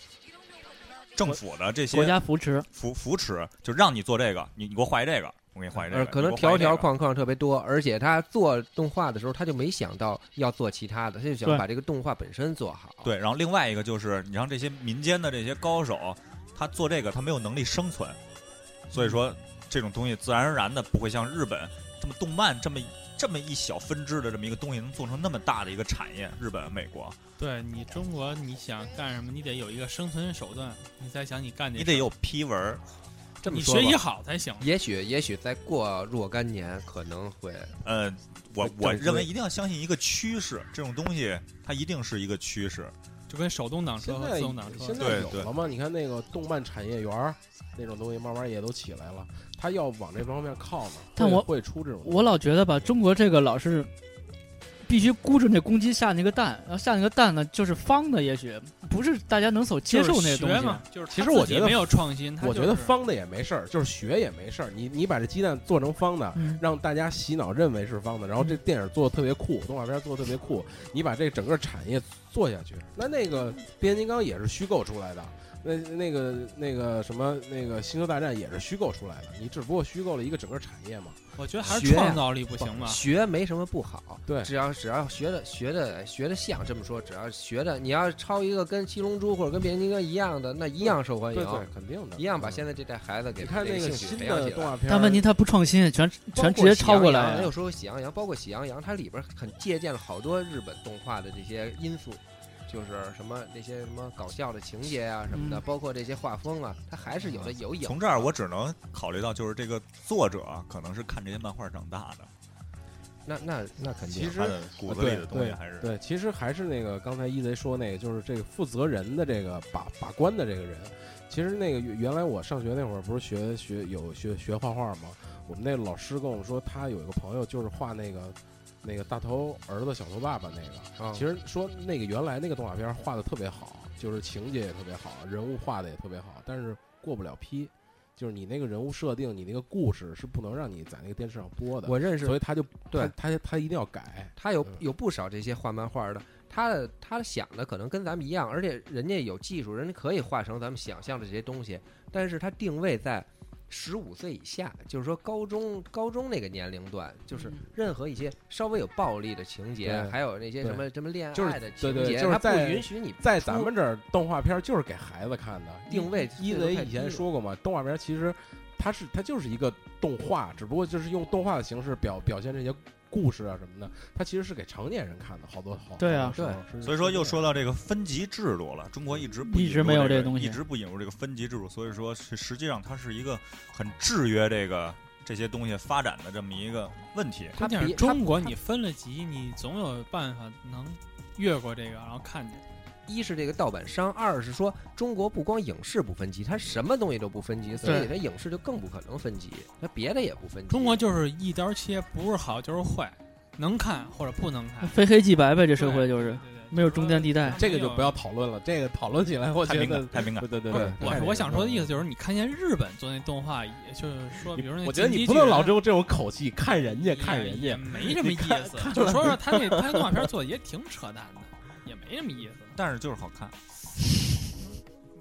S3: 政府的这
S2: 国
S3: 些
S2: 家扶持。
S3: 扶扶持，就让你做这个，你你给我画一这个，我给你画一这
S4: 呃，
S3: 个，
S4: 可能
S3: 你给我
S4: 条
S3: 画一这
S4: 条
S3: 个
S4: 框框特别多，而且他做动画的时候，他就没想到要做其他的，他就想
S2: 对
S4: 把这个动画本身做好。，
S3: 对，然后另外一个就是你让这些民间的这些高手，他做这个他没有能力生存，所以
S6: 嗯
S3: 说这种东西自然而然的不会像日本这么动漫这么这么一小分支的这么一个东西能做成那么大的一个产业，日本、美国，
S5: 对你中国你想干什么，你得有一个生存手段，你才想你干这
S3: 你
S5: 事儿，
S3: 得有批文儿，
S4: 这么
S5: 你
S4: 说
S5: 学习
S4: 吧，
S5: 好才行。
S4: 也许也许再过若干年，可能会
S3: 呃，我
S4: 正
S3: 我认为
S4: 规
S3: 一定要相信一个趋势，这种东西它一定是一个趋势。
S5: 就跟手动挡车
S6: 现
S5: 和
S6: 在
S5: 自动挡车
S6: 现，在
S3: 对
S6: 有
S3: 对
S6: 了吗？你看那个动漫产业园儿那种东西，慢慢也都起来了，它要往这方面靠嘛。
S2: 但
S6: 会
S2: 我
S6: 会出这种东西，
S2: 我老觉得吧，中国这个老是必须箍住那公鸡下那个蛋，然后下那个蛋呢就是方的，也许不是大家能所接受
S5: 就是
S2: 那个东
S5: 学
S2: 西。啊
S5: 嘛，就是
S6: 其实
S5: 他自
S6: 我觉
S5: 己
S6: 得
S5: 没有创新，他
S6: 我
S5: 就
S6: 觉得
S5: 是
S6: 方的也没事儿，就是学也没事儿。你你把这鸡蛋做成方的，
S2: 嗯
S6: 让大家洗脑认为是方的，然后这电影做的特别酷，动画片做的特别酷，你把这整个产业做下去。那那个变形金刚也是虚构出来的，那那个那个什么那个星球大战也是虚构出来的，你只不过虚构了一个整个产业嘛。
S5: 我觉得还是
S4: 学呀
S5: 创造力不行吧。
S4: 学没什么不好。
S6: 对
S4: 只要只要学的学的学的像这么说，只要学的你要抄一个跟七龙珠或者跟变形金刚一样的，那一样受欢
S6: 对对
S4: 迎，，
S6: 肯定的，
S4: 一样把
S6: 嗯
S4: 现在这代孩子给
S6: 你看
S4: 这
S6: 那
S4: 兴
S6: 个
S4: 趣
S6: 新
S4: 培养
S6: 的
S4: 起来
S6: 动。画片儿，
S2: 但问题他不创新，全全直接抄过来
S4: 还有
S2: 啊。
S4: 说过《喜羊羊》，包括《喜羊羊》，它里边很借鉴了好多日本动画的这些因素，就是什么那些什么搞笑的情节啊什么的，
S2: 嗯
S4: 包括这些画风啊，它还是有的有影。
S3: 从这儿我只能考虑到，就是这个作者可能是看这些漫画长大的，
S4: 那那那肯定
S6: 其实
S3: 他的骨子里的东西还是。
S6: 对，其实还是那个刚才一贼说那个，就是这个负责人的这个把把关的这个人。其实那个原原来我上学那会儿不是学学有学学画画吗？我们那老师跟我们说，他有一个朋友就是画那个那个大头儿子小头爸爸那个，
S4: 啊，
S6: 其实说那个原来那个动画片画的特别好，就是情节也特别好，人物画的也特别好，但是过不了批，就是你那个人物设定，你那个故事是不能让你在那个电视上播的，
S4: 我认识
S6: 所以他就
S4: 对
S6: 他他他一定要改，
S4: 他有
S6: 嗯
S4: 有不少这些画漫画的，他的他想的可能跟咱们一样，而且人家有技术，人家可以画成咱们想象的这些东西，但是他定位在十五岁以下，就是说高中高中那个年龄段，
S5: 嗯
S4: 就是任何一些稍微有暴力的情节，
S6: 对
S4: 还有那些什么什么恋
S6: 就是
S4: 爱的
S6: 对
S4: 情
S6: 对
S4: 节，
S6: 就是
S4: 他不
S6: 在
S4: 允许你
S6: 在
S4: 出
S6: 咱们这儿动画片就是给孩子看的，
S4: 定位
S6: 一
S4: 岁数
S6: 贼
S4: 嗯太
S6: 以
S4: 低
S6: 前
S4: 了
S6: 说过嘛，动画片其实它是它就是一个动画，只不过就是用动画的形式表表现这些故事啊什么的，它其实是给成年人看的，好多好
S2: 对啊，
S6: 好多时候
S5: 嗯
S6: 是
S3: 所以说，
S6: 是这
S3: 又
S6: 样
S3: 说到这个分级制度了。中国一直不
S2: 一
S3: 引
S2: 直
S3: 入
S2: 没有
S3: 这
S2: 这
S3: 个
S2: 东西
S3: 一直不引入这个分级制度。所以说，是实际上它是一个很制约这个这些东西发展的这么一个问题。
S4: 他
S5: 关键是
S4: 比
S5: 中国，你分了级，你总有办法能越过这个，然后看见。
S4: 一是这个盗版商，二是说中国不光影视不分级，它什么东西都不分级，所以它影视就更不可能分级，它别的也不分级。
S5: 中国就是一刀切，不是好就是坏，能看或者不能看。
S2: 非黑即白嗯呗，这社
S5: 对
S2: 会就是。
S5: 对对对
S2: 没有啊中间地带
S5: 就是
S6: 这个就不要讨论了，这个讨论起来我
S3: 太
S6: 觉
S3: 敏
S6: 得
S3: 感，太敏感
S6: 对。对对
S4: 对
S5: 我我想说的意思就是，你看见日本做那动画，也就是说，比如说那
S6: 我觉得
S5: 进
S6: 你
S5: 击
S6: 不
S5: 巨
S6: 能
S5: 人
S6: 老用这种口气看人家
S5: 也
S6: 看人
S5: 也
S6: 家，
S5: 没什么
S6: 你
S5: 意
S6: 看
S5: 思。就说说他那他那动画片做的也挺扯淡的，也没什么意思。
S3: 但是就是好 看，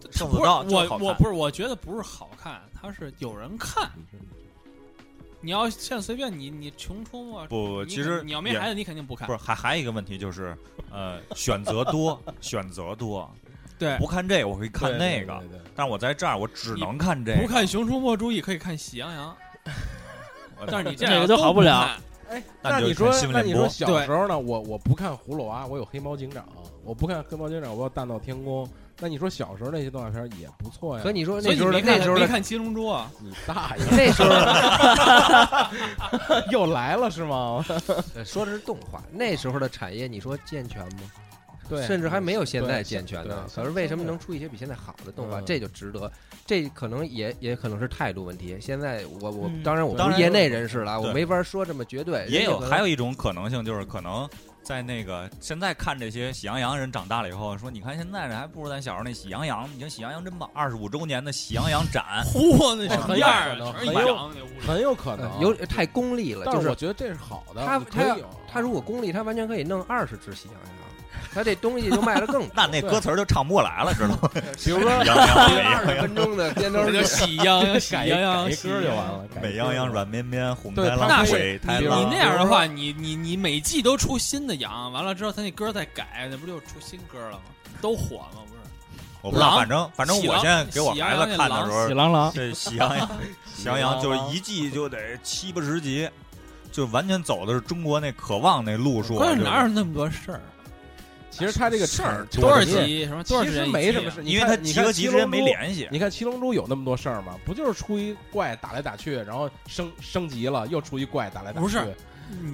S5: 他
S3: 挣
S5: 不
S3: 得
S5: 是
S3: 到就是
S5: 我
S3: 好
S5: 我
S3: 看
S5: 不是我觉得不是好看，它是有人看。你要现在随便你你穷出没，
S3: 不不，
S5: 你
S3: 其实
S5: 肯你要没
S3: 也
S5: 孩子你肯定不看
S3: 不。是还还有一个问题就是，呃，选择 多，选择多，
S5: 对，
S3: 不看这个我可以看那个，
S6: 对对对对
S3: 但是我在这儿我只能看这个，
S5: 不看《熊出没》注意可以看《喜羊羊》，
S3: 我
S5: 但是你这
S2: 哪
S5: 样
S2: 个都好
S5: 不
S2: 不了
S5: 看，
S6: 哎，
S3: 那
S6: 那
S3: 你就
S6: 你
S3: 看
S6: 说
S3: 新闻，
S6: 那
S3: 联
S6: 你
S3: 播
S6: 说小时候呢？我我不看《葫芦娃》，我有《黑猫警长》；我不看《黑猫警长》，我有《大闹天宫》。那你说小时候那些动画片也不错呀。
S4: 可你说
S5: 所
S4: 那
S5: 以
S4: 时
S5: 你
S4: 候的
S5: 没看
S4: 那时候
S5: 没
S4: 的
S5: 看七龙珠啊？，
S6: 你 大爷
S4: 那时候
S6: 又来了是吗？
S4: 说的是动画，那时候的产业你说健全吗？
S6: 对，
S4: 甚至还没有现在
S6: 对
S4: 健全呢
S6: 对。
S4: 可是为什么能出一些比现在好的动画？
S6: 嗯
S4: 这就值得，这可能也也可能是态度问题。现在我我
S2: 嗯
S4: 当然我
S3: 当
S4: 不
S3: 然
S4: 是业内人士了，
S3: 对
S4: 我没法说这么绝对。
S3: 也有
S4: 人家可能
S3: 还有一种可能性就是可能。在那个现在看这些喜羊羊人长大了以后，说你看现在这还不如咱小时候那喜羊羊，你看喜羊羊真棒，二十五周年的喜羊羊展
S5: 嚯，那
S6: 哦很
S5: 什么
S6: 有
S5: 样
S6: 可
S5: 儿
S6: 能
S5: 啊？全是
S6: 很有
S5: 羊那屋里。
S6: 很有可能
S3: 啊
S4: 呃有太功利了，
S6: 但
S4: 就是是
S6: 我觉得这是好的。
S4: 他
S6: 你可
S4: 他
S6: 以
S4: 要
S6: 有啊
S4: 他如果功利，他完全可以弄二十只喜羊羊，啊他这东西就卖 的更多。
S3: 那那歌词儿就唱不过来了，知道吗？
S4: 比如说
S3: 喜羊羊美
S4: 二
S3: 羊
S4: 十
S3: 羊
S4: 分钟的尖头
S5: 那就喜羊羊，喜
S6: 改一
S5: 羊羊，
S6: 改一
S5: 喜
S6: 歌就
S5: 羊
S6: 完
S5: 羊。
S6: 了，改一
S3: 美
S6: 歌
S3: 羊羊
S6: 就
S3: 软绵绵，红
S6: 对
S3: 太
S6: 它
S3: 狼，
S5: 可以
S3: 灰太
S6: 比如
S5: 你
S3: 狼
S6: 说，
S5: 那样的话，你你你每季都出新的羊，完了之后他那歌再改，那不就出新歌了吗？都火吗？不是？
S3: 我不知道，
S5: 狼
S3: 反正反正
S5: 喜
S3: 我
S5: 羊
S3: 现在给我
S5: 喜羊
S3: 孩
S5: 羊
S3: 子
S5: 那
S3: 看的时
S5: 狼
S3: 候
S2: 喜，郎郎，
S3: 这喜羊羊，喜羊羊就是一季就得七八十集，就完全走的是中国那渴望那路数。
S5: 关键
S3: 就是
S5: 哪有那么多事儿？
S6: 其实他这个
S5: 事
S6: 产
S5: 儿
S6: 产
S5: 多少
S6: 业
S5: 集？什么多少
S6: 其
S5: 时
S6: 实
S5: 间？
S6: 没什么事，你
S3: 因为
S6: 看
S3: 它
S6: 你
S3: 集
S6: 看
S3: 合集
S6: 七
S3: 之
S6: 龙
S3: 间没
S6: 珠
S3: 联系。
S6: 你看《七龙珠》有那么多事儿吗？不就是出一怪打来打去，然后升升级了，又出一怪打来打去。
S5: 不是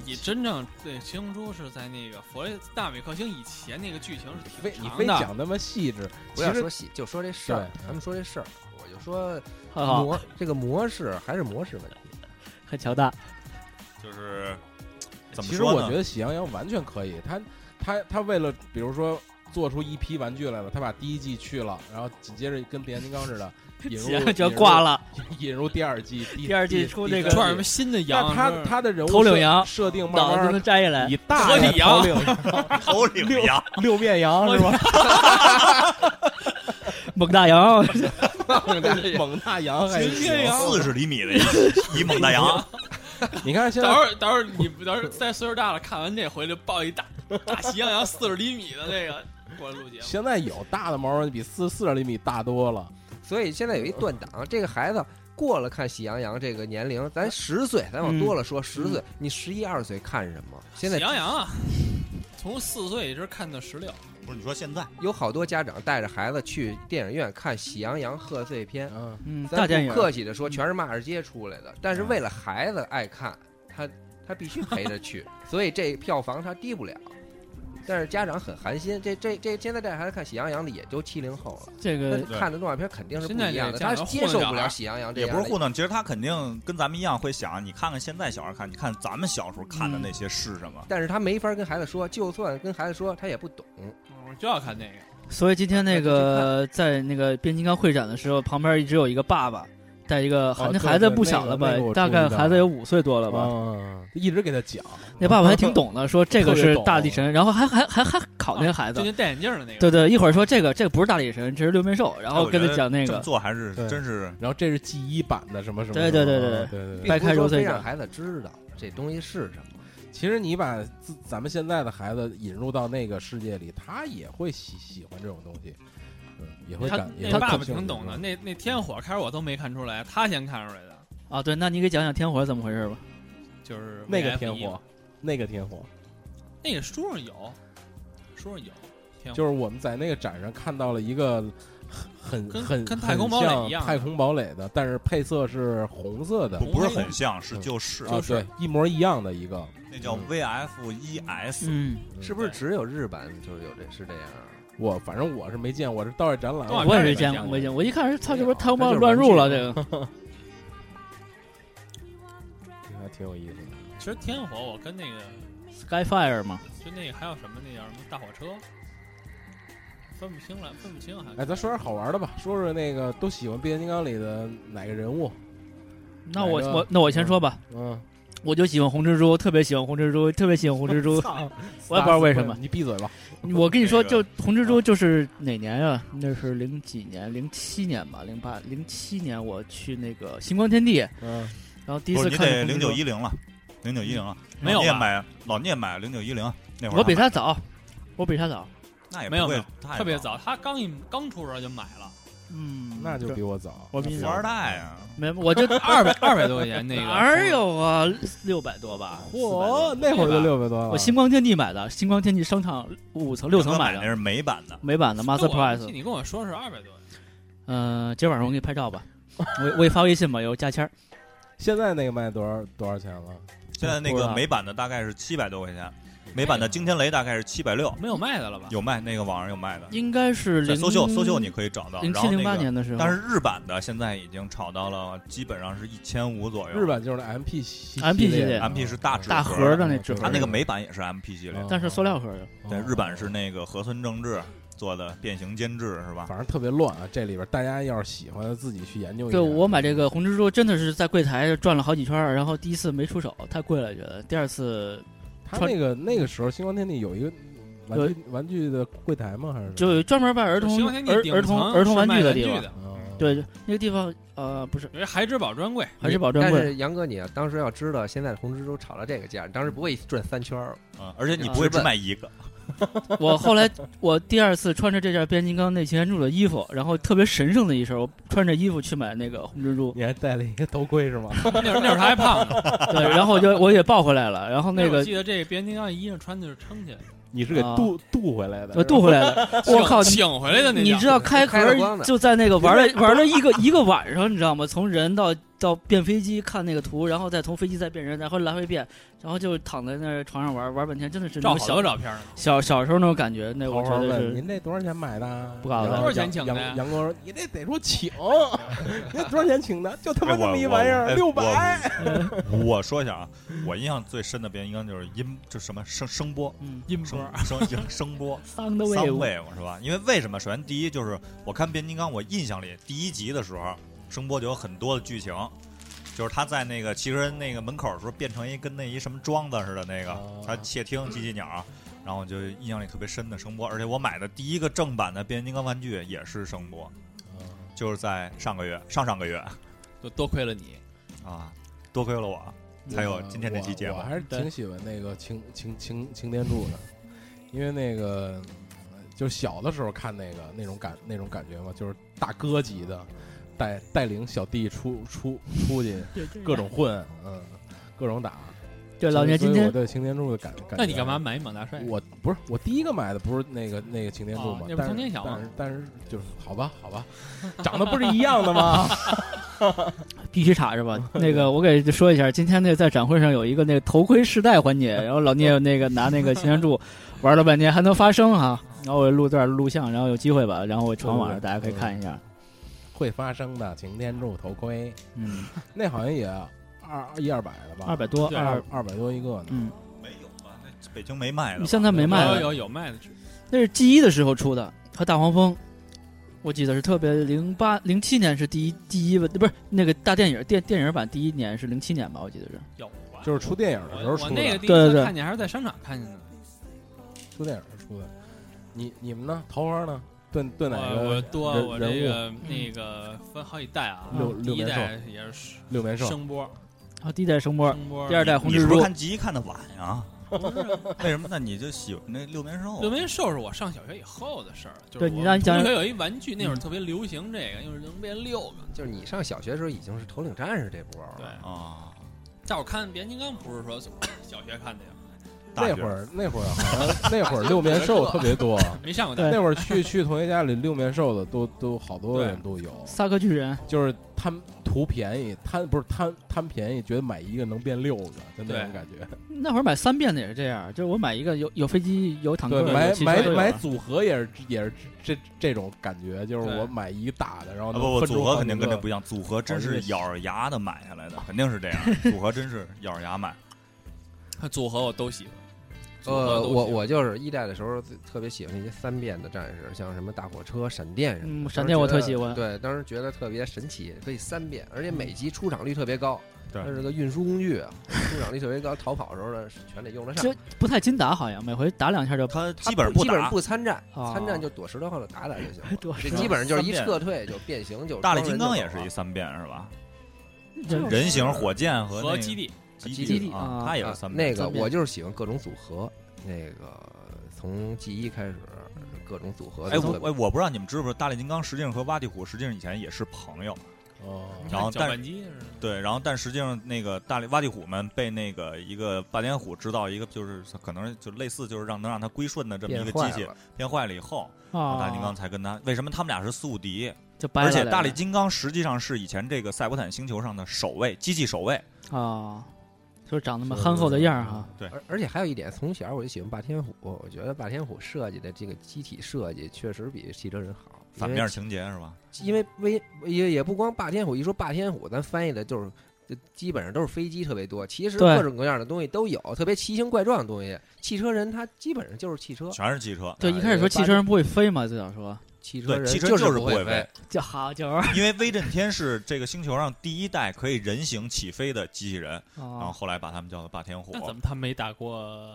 S5: 你真正对《七龙珠》是在那个佛雷大美克星以前那个剧情是
S6: 非
S5: 挺
S6: 你
S5: 长
S6: 非
S5: 的，
S6: 讲那么细致，
S4: 不
S6: 其
S4: 要
S6: 实
S4: 说喜，就说这事儿
S6: 对。啊
S4: 咱们说这事儿，我就说
S2: 哈哈，
S4: 模这个模式还是模式问题。
S2: 很强大。
S3: 就是 怎么
S6: 其实
S3: 说
S6: 我
S3: 呢？
S6: 觉得喜羊羊完全可以，他他他为了比如说做出一批玩具来了，他把第一季去了，然后紧接着跟变形金刚似的引
S2: 喜羊
S6: 入
S2: 羊就要挂，了，
S6: 引入引入第二季，第
S2: 第二季
S6: 第
S2: 出
S6: 第
S2: 那个
S6: 三
S5: 出点
S6: 季
S5: 什么新的羊
S6: 但？他
S5: 是吧
S6: 他的人物
S2: 头领
S6: 设
S2: 羊
S6: 设定慢
S2: 脑袋
S6: 慢
S2: 能摘下来
S6: 以。大
S5: 合
S6: 的
S5: 体羊
S6: 头领
S3: 头领羊，
S6: 六面羊是吧？
S2: 猛大羊，哎
S6: 猛大羊还
S5: 行
S6: 行。
S3: 四十厘米的一一猛大羊，
S6: 你看现在
S5: 到时候到时候你到时候再岁数大了，看完这回就抱一大大喜羊羊四十厘米的那个过来录 节目。
S6: 现在有大的毛绒比四四十厘米大多了，
S4: 所以现在有一断
S5: 嗯
S4: 档，这个孩子过了看喜羊羊这个年龄，咱十岁，咱往多了说，十岁，你十一二岁看什么？现在
S5: 嗯喜羊羊啊，从四岁一直看到十六，
S3: 不是你说现在
S4: 有好多家长带着孩子去电影院看喜羊羊贺岁片，
S6: 嗯，
S2: 嗯，
S4: 咱
S2: 大电
S4: 不
S2: 影，
S4: 客气的说，全是骂着街出来的。
S5: 嗯
S4: 但是为了孩子爱看，他他必须陪 着去，所以这票房他低不了。但是家长很寒心，这这这现在带孩子看喜羊羊的也就七零后了，
S2: 这
S4: 他
S2: 个
S4: 看的动画片肯定是不一样
S5: 现在这
S4: 的，
S5: 家
S4: 他
S5: 长啊
S4: 接受不了喜羊羊这
S3: 也
S4: 样
S3: 不
S4: 的
S3: 是糊弄，其实他肯定跟咱们一样会想，你看看现在小孩看，你看咱们小时候看的那些是什
S6: 嗯
S3: 么？
S4: 但是他没法跟孩子说，就算跟孩子说，他也不懂。
S5: 我嗯就要看那个。
S2: 所以今天那个在那个变形金刚会展的时候，旁边一直有一个爸爸带一个，
S6: 哦
S2: 那
S6: 对
S2: 孩子
S6: 对
S2: 不
S6: 那
S2: 小
S6: 个
S2: 了
S6: 那
S2: 吧
S6: 个我，注
S2: 大
S6: 意
S2: 概
S6: 到
S2: 孩子有五岁多了吧。
S6: 嗯，一直给他讲，
S2: 那爸爸还挺懂的，说这个
S6: 特别
S2: 是
S6: 懂啊
S2: 大力神，然后还还还还考那个孩子
S5: 最，近戴眼镜的那个，
S2: 对对，一会儿说这个这个不是大力神，这是六面兽，然后
S3: 我觉
S2: 哦跟
S3: 得
S2: 他讲那
S3: 这么
S2: 个，
S3: 做还是
S6: 对
S3: 真是
S6: 然后这是 G 一版的什么什么什
S2: 对
S6: 么，
S2: 对对对
S6: 对
S2: 对
S6: 对对
S2: 掰开揉
S4: 说
S2: 碎
S4: 非
S2: 一下
S4: 让孩子知道这东西是什么，
S6: 其实你把自咱们现在的孩子引入到那个世界里，他也会喜喜欢这种东西，嗯，也会
S5: 他
S6: 感，也
S5: 那
S6: 会
S5: 爸
S6: 感
S5: 爸
S6: 兴趣
S5: 挺懂的。那那天火开始我都没看出来，他先看出来的，
S2: 啊，对，那你给讲讲天火怎么回事吧？
S5: 就是
S6: 那个
S5: VF
S6: 天
S5: 一
S6: 火，那个天火，
S5: 那个书上有，书上有，天
S6: 就是我们在那个展上看到了一个很
S5: 跟
S6: 很很
S5: 跟太空堡垒
S6: 很像
S5: 一样的
S6: 太空堡垒的，但是配色是红色的
S3: 不，不是很像，是就是
S6: 啊，对，嗯一模一样的一个，
S3: 那叫 VF 一 S，
S2: 嗯，
S4: 是不是只有日版就是有这是这样啊？
S6: 我反正我是没见，我是到这展览，
S5: 动画
S2: 嗯我
S5: 片
S2: 也
S5: 儿
S2: 没
S5: 里
S2: 见
S5: 面
S2: 过，
S5: 讲
S2: 没见
S5: 过
S2: 过。我一看是操，这不是
S4: 没有
S2: 太空
S4: 这就是
S2: 乱入了，
S4: 玩具
S2: 这
S6: 哎
S2: 个
S6: 还挺有意思的。
S5: 其实天火我跟那个
S2: Skyfire 嘛，
S5: 就那个还有什么那叫什么大火车，分不清了，分不清还。
S6: 哎，咱说点好玩的吧，说说那个都喜欢变形金刚里的哪个人物？
S2: 那我
S6: 哪个
S2: 我那我先说吧，
S6: 嗯，
S2: 我就喜欢红蜘蛛，特别喜欢红蜘蛛，特别喜欢红蜘 蛛。我也不知道为什么，
S6: 你闭嘴吧。
S2: 我跟你说，
S3: 那
S2: 就
S3: 个啊
S2: 红蜘蛛就是哪年呀、那是零几年，零七年吧，零八零七年我去那个星光天地，
S6: 嗯，
S2: 然后第一
S3: 不
S2: 次
S3: 是你
S2: 看
S3: 得
S2: 红蜘
S3: 零
S2: 蛛
S3: 九一零了，零九一零了，
S2: 嗯
S5: 没有
S3: 老聂
S5: 吧
S3: 买老聂买零九一零那会儿，
S2: 我比他早，我比他早，
S3: 那也
S5: 没有
S3: 不
S5: 没
S3: 会
S5: 有
S3: 太
S5: 特别早，他刚一刚出时候就买了，
S2: 嗯，
S6: 那就比我早。
S2: 我比你
S3: 富
S2: 早
S3: 二代啊，
S2: 没，我就
S5: 二百二百多块钱那个
S2: 哪儿有啊，六百多吧？
S6: 嚯，那会儿就六百多
S3: 啊
S6: 了。
S2: 我星光天地买的，星光天地商场五层六层买
S3: 买那
S2: 的，
S3: 是美版的，
S2: 美版的
S5: 跟
S2: Master
S5: 我
S2: Price。
S5: 你跟我说是二百多，
S2: 嗯、今晚上我给你拍照吧， 我我也发微信吧，有价签儿。
S6: 现在那个卖多少多少钱了？
S3: 现在那
S2: 不知
S3: 个
S2: 道
S3: 美版的大概是七百多块钱，美版的惊天雷大概是七百六，
S5: 没有卖的了吧？
S3: 有卖那个网上有卖的，
S2: 应该是
S3: 在
S2: 零
S3: 搜秀搜秀你可以找到。
S2: 零
S3: 然
S2: 七
S3: 后
S2: 零八
S3: 那个，
S2: 年的时候，
S3: 但是日版的现在已经炒到了基本上是一千五左右。
S6: 日版就是那 MP 系
S2: MP 系列
S6: 列
S3: MP 是大纸
S2: 大
S3: 盒
S2: 盒
S3: 的
S2: 的那纸盒
S3: 它
S2: 的，
S3: 那个美版也是 MP 系列，
S6: 嗯
S2: 但是塑料盒的。
S3: 对，日版是那个河村正治做的变形监制是吧？
S6: 反正特别乱啊。这里边大家要是喜欢，自己去研究一下。
S2: 对我买这个红蜘蛛真的是在柜台转了好几圈儿，然后第一次没出手，太贵了，觉得第二次
S6: 他那个那个时候，星光天地有一个玩具玩具的柜台吗？还是
S2: 就有专门卖儿童
S5: 星光天地
S2: 儿
S5: 顶
S2: 儿
S5: 层
S2: 童儿童
S5: 是
S2: 玩
S5: 卖
S2: 具的
S5: 玩
S2: 地方。
S5: 的，
S6: 嗯
S2: 对，那个地方呃不是
S5: 有一孩之宝专柜，
S2: 还是保证
S4: 但
S2: 贵，
S4: 是杨哥，你要当时要知道，现在的红蜘蛛炒到这个价，你当时不会转三圈儿。
S3: 嗯，而且你不会只买一个，
S2: 我后来我第二次穿着这件变形金刚内擎天柱的衣服，然后特别神圣的一身，我穿着衣服去买那个红蜘蛛，
S6: 你还戴了一个头盔是吗？
S5: 那会儿那会儿还胖呢。
S2: 对，然后我就我也抱回来了，然后
S5: 那
S2: 那
S5: 会儿我
S2: 个
S5: 记得这变形金刚衣裳穿的是撑起来的，
S6: 你是给
S2: 啊
S6: 渡渡回来的？
S2: 我
S6: 是吧
S2: 渡回来 了，我靠！
S5: 请请回来的那
S2: 你
S5: 叫
S2: 知道开盒
S4: 开了光的
S2: 就在那个玩了玩了一个一个晚上，你知道吗？从人到到变飞机看那个图，然后再从飞机再变人，然后来回变，然后就躺在那儿床上玩玩半天，真的是那
S5: 照
S2: 种
S5: 好多
S2: 小
S5: 照片呢。
S2: 小小时候那种感觉，那
S6: 桃
S2: 哎我
S6: 花
S2: 觉得
S6: 问
S2: 是
S6: 您这多少钱买的？
S2: 不告诉他
S6: 然后
S5: 多少钱
S6: 杨
S5: 请的呀
S6: 杨杨哥说：“你这得 说请，你这多少钱请的？就他妈
S3: 哎
S6: 这
S3: 我
S6: 么一玩意儿，六。
S3: 我
S6: 百。
S3: 哎我 我说一下啊，我印象最深的变形金刚就是音，就什么声声波，
S2: 嗯，
S5: 音
S3: 声
S5: 波，
S3: 声声声波
S2: 桑的
S3: 三
S2: 味，
S3: 位嘛是吧？因为为什么？首先第一就是我看变形金刚，我印象里第一集的时候，声波就有很多的剧情。就是他在那个汽车人那个门口的时候，变成一跟那一什么庄子似的那
S5: 啊
S3: 个
S6: 哦，
S3: 他窃听机器鸟，然后我就印象里特别深的声波，而且我买的第一个正版的变形金刚玩具也是声波，就是在上个月、上上个月
S5: 就多亏了你。
S6: 哎
S3: 啊，多亏了我才有今天这期节目
S6: 我我。还是挺喜欢那个擎擎擎擎天柱的，因为那个呃就小的时候看那个那种感那种感觉嘛，就是大哥级的，带带领小弟出出出去各种混，嗯，各种打。
S2: 对，老聂
S6: 所以
S2: 今天
S6: 我对擎天柱的感感，
S5: 那你干嘛？买一猛大帅？啊
S6: 我不是我第一个买的不是那个那个擎天柱
S5: 哎哦
S6: 嘛，
S5: 那不是
S6: 但
S5: 通
S6: 是
S5: 天小吗
S6: 但是但是就是好吧好吧，长得不是一样的吗？
S2: 必须查是吧？那个我给说一下，今天那在展会上有一个那个头盔试戴环节，然后老聂那个拿那个擎天柱玩了半天还能发声哈，然后我录段录像，然后有机会吧，然后我传网上大家可以看一下。
S6: 会发生的擎天柱头盔，
S2: 嗯，
S6: 那好像也二一二百了吧？
S2: 二百多
S5: 对
S2: 二
S6: 二，二百多一个呢。
S2: 嗯，
S3: 没有吧？那北京没卖的
S2: 你。现在没卖
S5: 有
S2: 了，
S5: 有有卖的，
S2: 那是 G 一的时候出的，和大黄蜂。我记得是特别零八零七年是第一第一部，不是那个大电影电电影版第一年是零七年吧？我记得是
S5: 有啊。
S6: 就是出电影的时候
S5: 我
S6: 出
S5: 我
S6: 的，
S5: 那个第一
S2: 对对
S5: 次
S2: 对
S5: 看见还是在商场看见的。
S6: 出电影的时候出的。你你们呢？桃花呢？对对哪
S5: 我我
S6: 个
S5: 多
S6: 人
S5: 我这
S6: 人
S5: 个
S2: 嗯
S5: 那个分好几代啊，
S6: 六
S5: 第
S6: 六
S5: 一
S6: 连
S5: 代也是
S6: 六面兽？
S5: 声波，
S2: 啊，第一代声波，
S5: 声波，
S2: 第二代红
S3: 你
S2: 蜘
S3: 是不
S2: 蛛
S3: 是，看集一看的晚 呀？为什么？那你就喜欢那六面兽？
S5: 六面兽是我上小学以后的事儿了，就是
S2: 对你
S5: 我
S2: 让你讲嗯
S5: 同学有一玩具，那会儿特别流行这个，就是能变六个。
S4: 就是你上小学的时候已经是头领战士这波了。
S5: 对，
S3: 啊，
S5: 但我看变形金刚不是说 小学看的呀，
S3: 大
S6: 那
S3: 学
S6: 会儿那会儿好像那会儿六面兽特别多，
S5: 没上过大学。
S6: 那会儿去去同学家里六面兽的都都好多
S5: 对
S6: 人都有，
S2: 萨克巨人，
S6: 就是贪图便宜贪不是贪贪便宜，觉得买一个能变六个，就那种
S5: 对
S6: 感觉。
S2: 那会儿买三遍的也是这样，就是我买一个有有飞机有坦克
S6: 对，买
S2: 有汽车
S6: 买
S2: 有啊
S6: 买组合也是也是这这种感觉，就是
S5: 对
S6: 我买一个大的，然后
S3: 啊
S6: 能
S3: 不不，
S6: 分出
S3: 组合
S6: 好
S3: 肯定
S6: 几
S3: 跟这
S6: 个
S3: 不一样，组合
S4: 哦
S3: 真
S6: 好
S3: 是
S6: 几个
S3: 咬着牙的买下来的，肯定是这样。组合真 是咬着牙买，
S5: 组合我都喜欢。组合
S4: 呃，
S5: 都
S4: 我
S5: 喜欢
S4: 我就是一代的时候特别喜欢一些三变的战士，像什么大火车、闪电什么
S2: 嗯
S4: 的。
S2: 闪电我
S4: 当时
S2: 特
S4: 觉得
S2: 喜欢
S4: 对，当时觉得特别神奇，可以三变，而且每集出场率特别高。
S3: 对
S4: 它是个运输工具，啊 出场率特别高，逃跑的时候呢全得用得上。
S2: 这不太经打，好像每回打两下就
S3: 他
S4: 它
S3: 基本上
S4: 不基本
S3: 打
S4: 上。不参战，
S2: 啊。
S4: 参战就躲石头后头打打就行了
S2: 躲石
S4: 这
S2: 头
S4: 基本上就是一
S3: 三变
S4: 撤退就变形就
S3: 大力
S4: 装
S3: 金
S4: 人
S3: 刚
S4: 就
S3: 也
S4: 走
S3: 是
S4: 了
S3: 一三变是吧？
S2: 就
S3: 人形火箭和
S5: 和
S3: 那
S5: 基
S3: 个
S5: 地
S3: 基
S4: 基
S2: 地
S3: 啊
S2: 啊，
S3: 它也
S4: 啊
S3: 是三
S4: 那
S3: 变。
S4: 个
S2: 三变
S4: 我就是喜欢各种组合，那个从 G 一开始，各种组合。
S3: 哎，我哎，我不知道你们知不知道，大力金刚实际上和挖地虎实际上以前也是朋友。
S6: 哦，
S3: 然后
S5: 搅
S3: 但
S5: 拌机似的
S3: 对，然后但实际上那个大力挖地虎们被那个一个霸天虎知道一个就是可能就类似就是让能让它归顺的这么一
S4: 变
S3: 个
S4: 坏
S3: 机器
S4: 了，
S3: 变坏了以后，
S2: 啊，
S3: 大力金刚才跟他为什么他们俩是宿敌？
S2: 就掰
S3: 而且
S2: 了
S3: 大力金刚实际上是以前这个赛博坦星球上的守卫机器守卫，
S2: 啊，就是长那么憨厚的样儿哈，
S3: 对
S4: 而而且还有一点，从小我就喜欢霸天虎，我觉得霸天虎设计的这个机体设计确实比汽车人好。
S3: 反面情节是吧？
S4: 因为微也也不光霸天虎，一说霸天虎，咱翻译的就是。就基本上都是飞机特别多，其实
S2: 对
S4: 各种各样的东西都有，特别奇形怪状的东西。汽车人他基本上就是汽车，
S3: 全是汽车，
S2: 对，
S4: 啊
S2: 一开始说汽车人不会飞嘛，最早说啊
S4: 汽车
S3: 对，
S4: 人
S3: 汽车
S4: 就
S3: 就是不
S4: 会
S3: 会飞，，
S2: 就好 就是
S3: 因为威震天是这个星球上第一代可以人形起飞的机器人，然后
S2: 啊，
S3: 后来把他们叫做霸天虎。
S5: 那怎么他没打过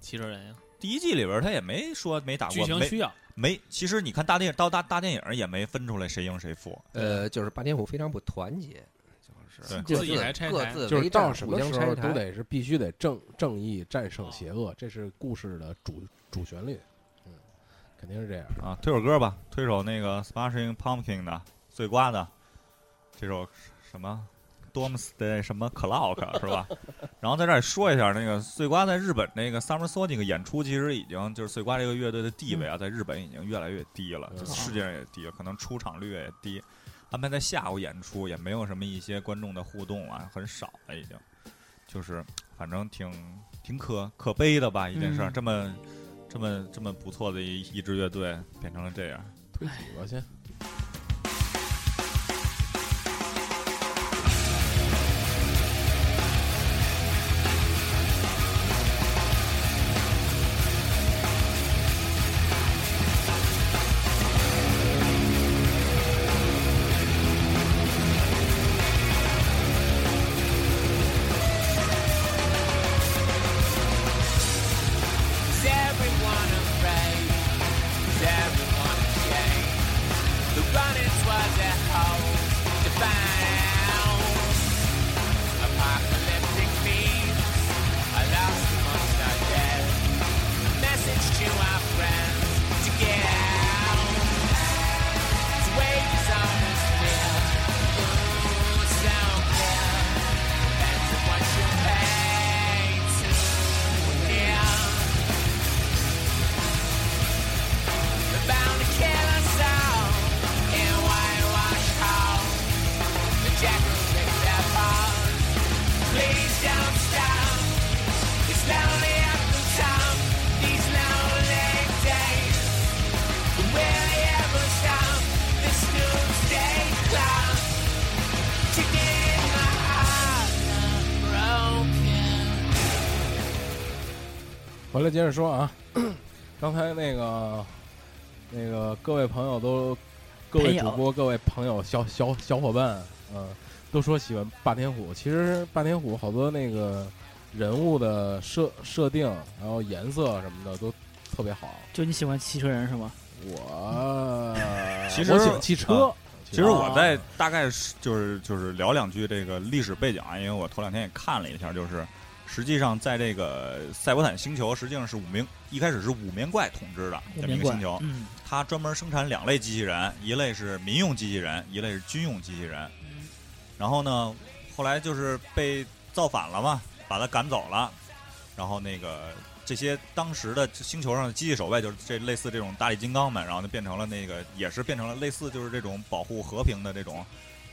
S5: 汽车人呀？
S3: 第一季里边他也没说没打
S5: 剧
S3: 过，
S5: 情
S3: 啊没
S5: 需要，
S3: 没，其实你看大电影到大大电影也没分出来谁赢谁负，
S4: 呃，就是霸天虎非常不团结，就是
S3: 对
S4: 各
S5: 自己
S4: 自
S5: 还拆
S4: 各
S5: 台
S4: 自
S6: 哦就是
S4: 为战
S6: 到什么
S4: 互相
S6: 时
S4: 拆
S6: 候都
S4: 台
S6: 得是必须得正正义战胜邪恶，这是故事的主主旋律，嗯，肯定是这样。
S3: 啊，推首歌吧，推首那个 Smashing Pumpkin 的碎瓜的这首什么 Doomsday 什么 Clock 是吧？然后在这儿说一下，那个碎瓜在日本那个 Summer Sonic 演出，其实已经就是碎瓜这个乐队的地位啊，在日本已经越来越低了，就
S6: 嗯
S3: 世界上也低了，可能出场率也低，安排在下午演出也没有什么一些观众的互动啊，很少了已经，就是反正挺挺可可悲的吧一件事儿，
S2: 嗯
S3: 这么。这么这么不错的一一支乐队变成了这样，
S6: 推几个先？
S7: Is everyone afraid? Is everyone ashamed? The running towards a hole to found apocalyptic memes. I lost amongst our dead. A message to our friends to get out. To wave is on us real. Ooh, sound clear. And to watch your pay to hear. They're bound to kill us all in a whitewashed hall. The jackals lick their paws. Please don't stop. It's lonely up in town these lonely days. But will they ever stop this doomsday clock? Ticking in my heart, broken.
S6: 回来接着说啊， 刚才那个那个各位朋友都，各位主播、各位朋友、小小小伙伴，嗯、都说喜欢霸天虎。其实霸天虎好多那个人物的设设定，然后颜色什么的都特别好。
S2: 就你喜欢汽车人是吗？
S6: 我
S3: 其实
S6: 我喜欢汽车。
S3: 啊其实我在大概是就是就是聊两句这个历史背景啊，因为我头两天也看了一下，就是实际上在这个赛博坦星球，实际上是五名一开始是五面怪统治的
S2: 我
S3: 这么一
S2: 明
S3: 个
S2: 白
S3: 星球，，
S2: 嗯，
S3: 它专门生产两类机器人，一类是民用机器人，一类是军用机器人。然后呢，后来就是被造反了嘛，把他赶走了。然后那个这些当时的星球上的机器守卫，就是这类似这种大力金刚们，然后就变成了那个也是变成了类似就是这种保护和平的这种，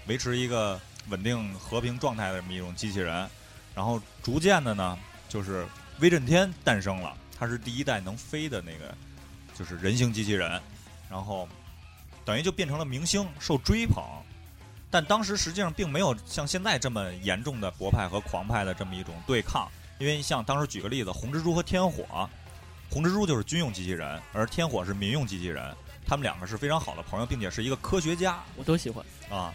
S3: 维持一个稳定和平状态的这么一种机器人。然后逐渐的呢，就是威震天诞生了，他是第一代能飞的那个，就是人形机器人，然后等于就变成了明星，受追捧。但当时实际上并没有像现在这么严重的博派和狂派的这么一种对抗，因为像当时举个例子，红蜘蛛和天火，红蜘蛛就是军用机器人，而天火是民用机器人，他们两个是非常好的朋友，并且是一个科学家，
S2: 我都喜欢。
S3: 啊，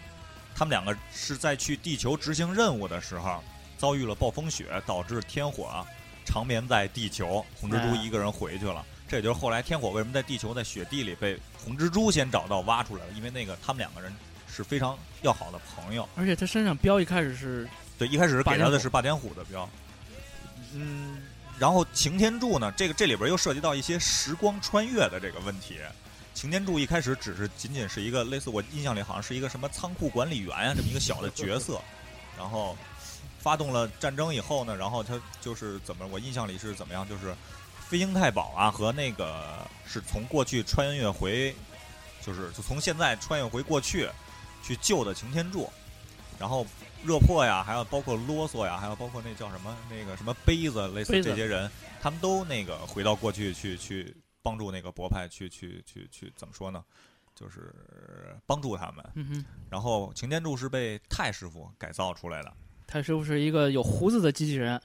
S3: 他们两个是在去地球执行任务的时候遭遇了暴风雪，导致天火啊长眠在地球，红蜘蛛
S2: 哎
S3: 一个人回去了。这也就是后来天火为什么在地球在雪地里被红蜘蛛先找到挖出来了，因为那个他们两个人是非常要好的朋友。
S2: 而且他身上标一开始是
S3: 对，一开始
S2: 霸
S3: 给
S2: 天
S3: 他的
S2: 虎
S3: 是霸天虎的标，嗯，然后擎天柱呢，这个这里边又涉及到一些时光穿越的这个问题。擎天柱一开始只是仅仅是一个类似我印象里好像是一个什么仓库管理员啊这么一个小的角色，然后发动了战争以后呢，然后他就是怎么我印象里是怎么样，就是飞鹰太保啊和那个是从过去穿越回，就是就从现在穿越回过去去救的擎天柱，然后热破呀，还有包括啰嗦呀，还有包括那叫什么那个什么杯子，类似
S2: 杯子
S3: 这些人，他们都那个回到过去去去帮助那个博派去去去去怎么说呢？就是帮助他们。
S2: 嗯哼，
S3: 然后擎天柱是被太师傅改造出来的，
S2: 他师傅是一个有胡子的机器人，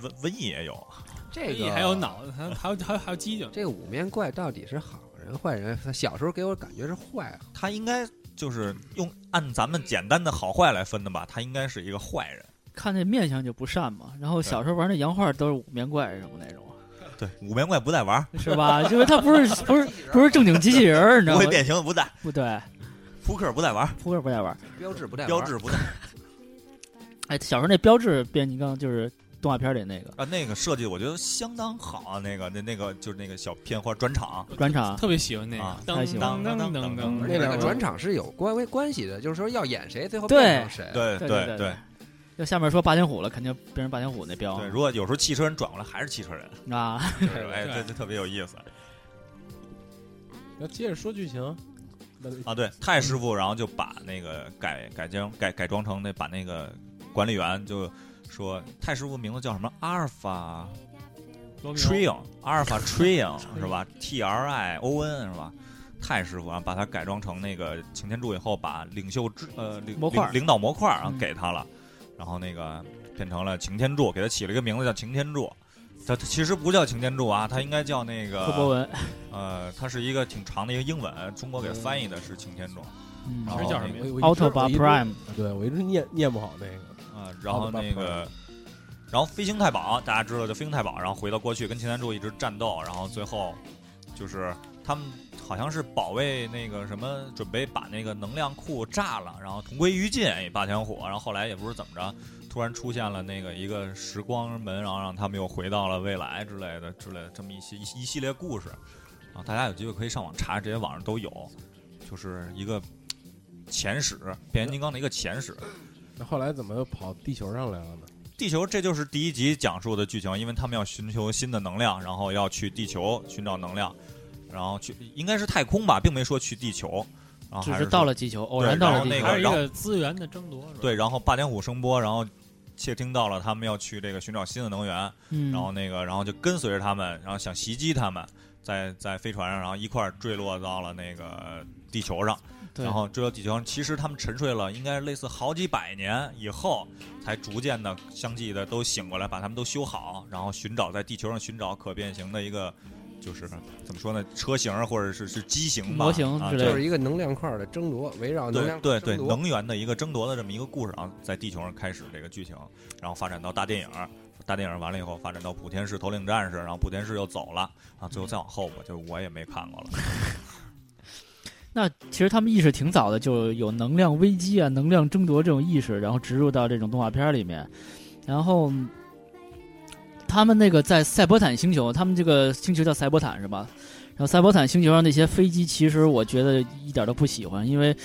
S3: 瘟瘟疫也有，
S4: 这
S5: 所以
S4: 个
S5: 还有脑子，还有还有还有还有犄角，
S4: 这个五面怪到底是好人坏人？他小时候给我感觉是坏，
S3: 他应该就是用按咱们简单的好坏来分的吧，他应该是一个坏人。
S2: 看那面相就不善嘛。然后小时候玩那洋画都是五面怪什么那种，
S3: 对，五面怪不带玩儿，
S2: 是吧？就是他不是不是不是正经机器人儿，你知
S3: 不
S2: 道吗
S3: 会？变形的不带，
S2: 不对，
S3: 扑克不带玩儿，
S2: 扑克不爱玩。
S4: 标志不带
S3: 标志不带
S2: 哎，小时候那标志变形金刚就是动画片里那个
S3: 啊，那个设计我觉得相当好啊，那个那那个就是那个小片花转场，
S2: 转场，
S5: 特别喜欢那
S3: 啊
S5: 个，
S2: 太
S5: 噔
S2: 喜
S3: 欢
S5: 噔
S3: 了
S5: 噔噔噔，
S4: 那两
S6: 个
S4: 个
S6: 转
S4: 转场是有关关系的，就是说要演谁，最后
S2: 对
S4: 变成谁。
S3: 对
S2: 对
S3: 对
S2: 对。要下面说霸天虎了，肯定变成霸天虎那标
S3: 对，如果有时候汽车人转过来还是汽车人，
S2: 啊。
S3: 就是
S5: 对
S3: 哎，
S5: 对
S3: 这这特别有意思
S6: 那接着说剧情，那
S3: 啊。对，太师傅，然后就把那个改改装改改装成那把那个管理员就说，太师傅名字叫什么？阿尔法
S5: 罗密欧
S3: Trion，阿 尔法 Trion 是吧？T R I O N 是吧？太师傅啊，把它改装成那个擎天柱以后，把领袖之呃领
S2: 模块
S3: 领领导模块啊
S2: 嗯
S3: 给他了，然后那个变成了擎天柱，给他起了一个名字叫擎天柱。他他其实不叫擎天柱啊，他应该叫那
S2: 柯博
S3: 个
S2: 文，
S3: 呃，它是一个挺长的一个英文，中国给翻译的是擎天柱
S2: 嗯
S3: 然后
S5: 这叫什么呀
S3: 那个
S6: 我我一直
S2: Autobot
S6: 我一直
S2: Prime
S6: 对我一直念念不好那个。
S3: 啊，然后那个，然后飞行太保大家知道就飞行太保，然后回到过去跟擎天柱一直战斗，然后最后就是他们好像是保卫那个什么，准备把那个能量库炸了，然后同归于尽，霸天虎，然后后来也不是怎么着。突然出现了那个一个时光门，然后让他们又回到了未来之类的之类的这么一些一一系列故事，啊，大家有机会可以上网查，这些网上都有，就是一个前史，变形金刚的一个前史。
S6: 那后来怎么又跑地球上来了呢？
S3: 地球，这就是第一集讲述的剧情，因为他们要寻求新的能量，然后要去地球寻找能量，然后去应该是太空吧，并没说去地球，然后
S2: 只
S3: 哦还
S2: 是
S3: 说
S2: 到了地球，偶然
S3: 对
S2: 到
S3: 然
S2: 了
S3: 后
S2: 地
S3: 那
S2: 球
S5: 还是
S3: 个
S5: 一
S3: 然
S5: 个资源的争夺，是吧
S3: 对，然后霸天虎声波，然后窃听到了他们要去这个寻找新的能源，
S2: 嗯，
S3: 然后那个然后就跟随着他们，然后想袭击他们，在在飞船上，然后一块儿坠落到了那个地球上。
S2: 对
S3: 然后坠落地球上，其实他们沉睡了，应该是类似好几百年以后，才逐渐的相继的都醒过来，把他们都修好，然后寻找在地球上寻找可变形的一个，就是怎么说呢，车型或者是是机型吧，
S2: 模型
S3: 啊
S2: 之类
S4: 就
S2: 的
S3: 对
S4: 是一个能量块的争夺，围绕能量
S3: 对
S4: 争
S3: 对
S4: 夺
S3: 能源的一个争夺的这么一个故事，然后在地球上开始这个剧情，然后发展到大电影儿，大电影儿完了以后发展到补天士头领战士，然后补天士又走了啊，最后再往后我就我也没看过了。
S2: 那其实他们意识挺早的，就有能量危机啊、能量争夺这种意识，然后植入到这种动画片儿里面。然后嗯他们那个在赛博坦星球，他们这个星球叫赛博坦是吧？然后赛博坦星球上那些飞机，其实我觉得一点都不喜欢，因为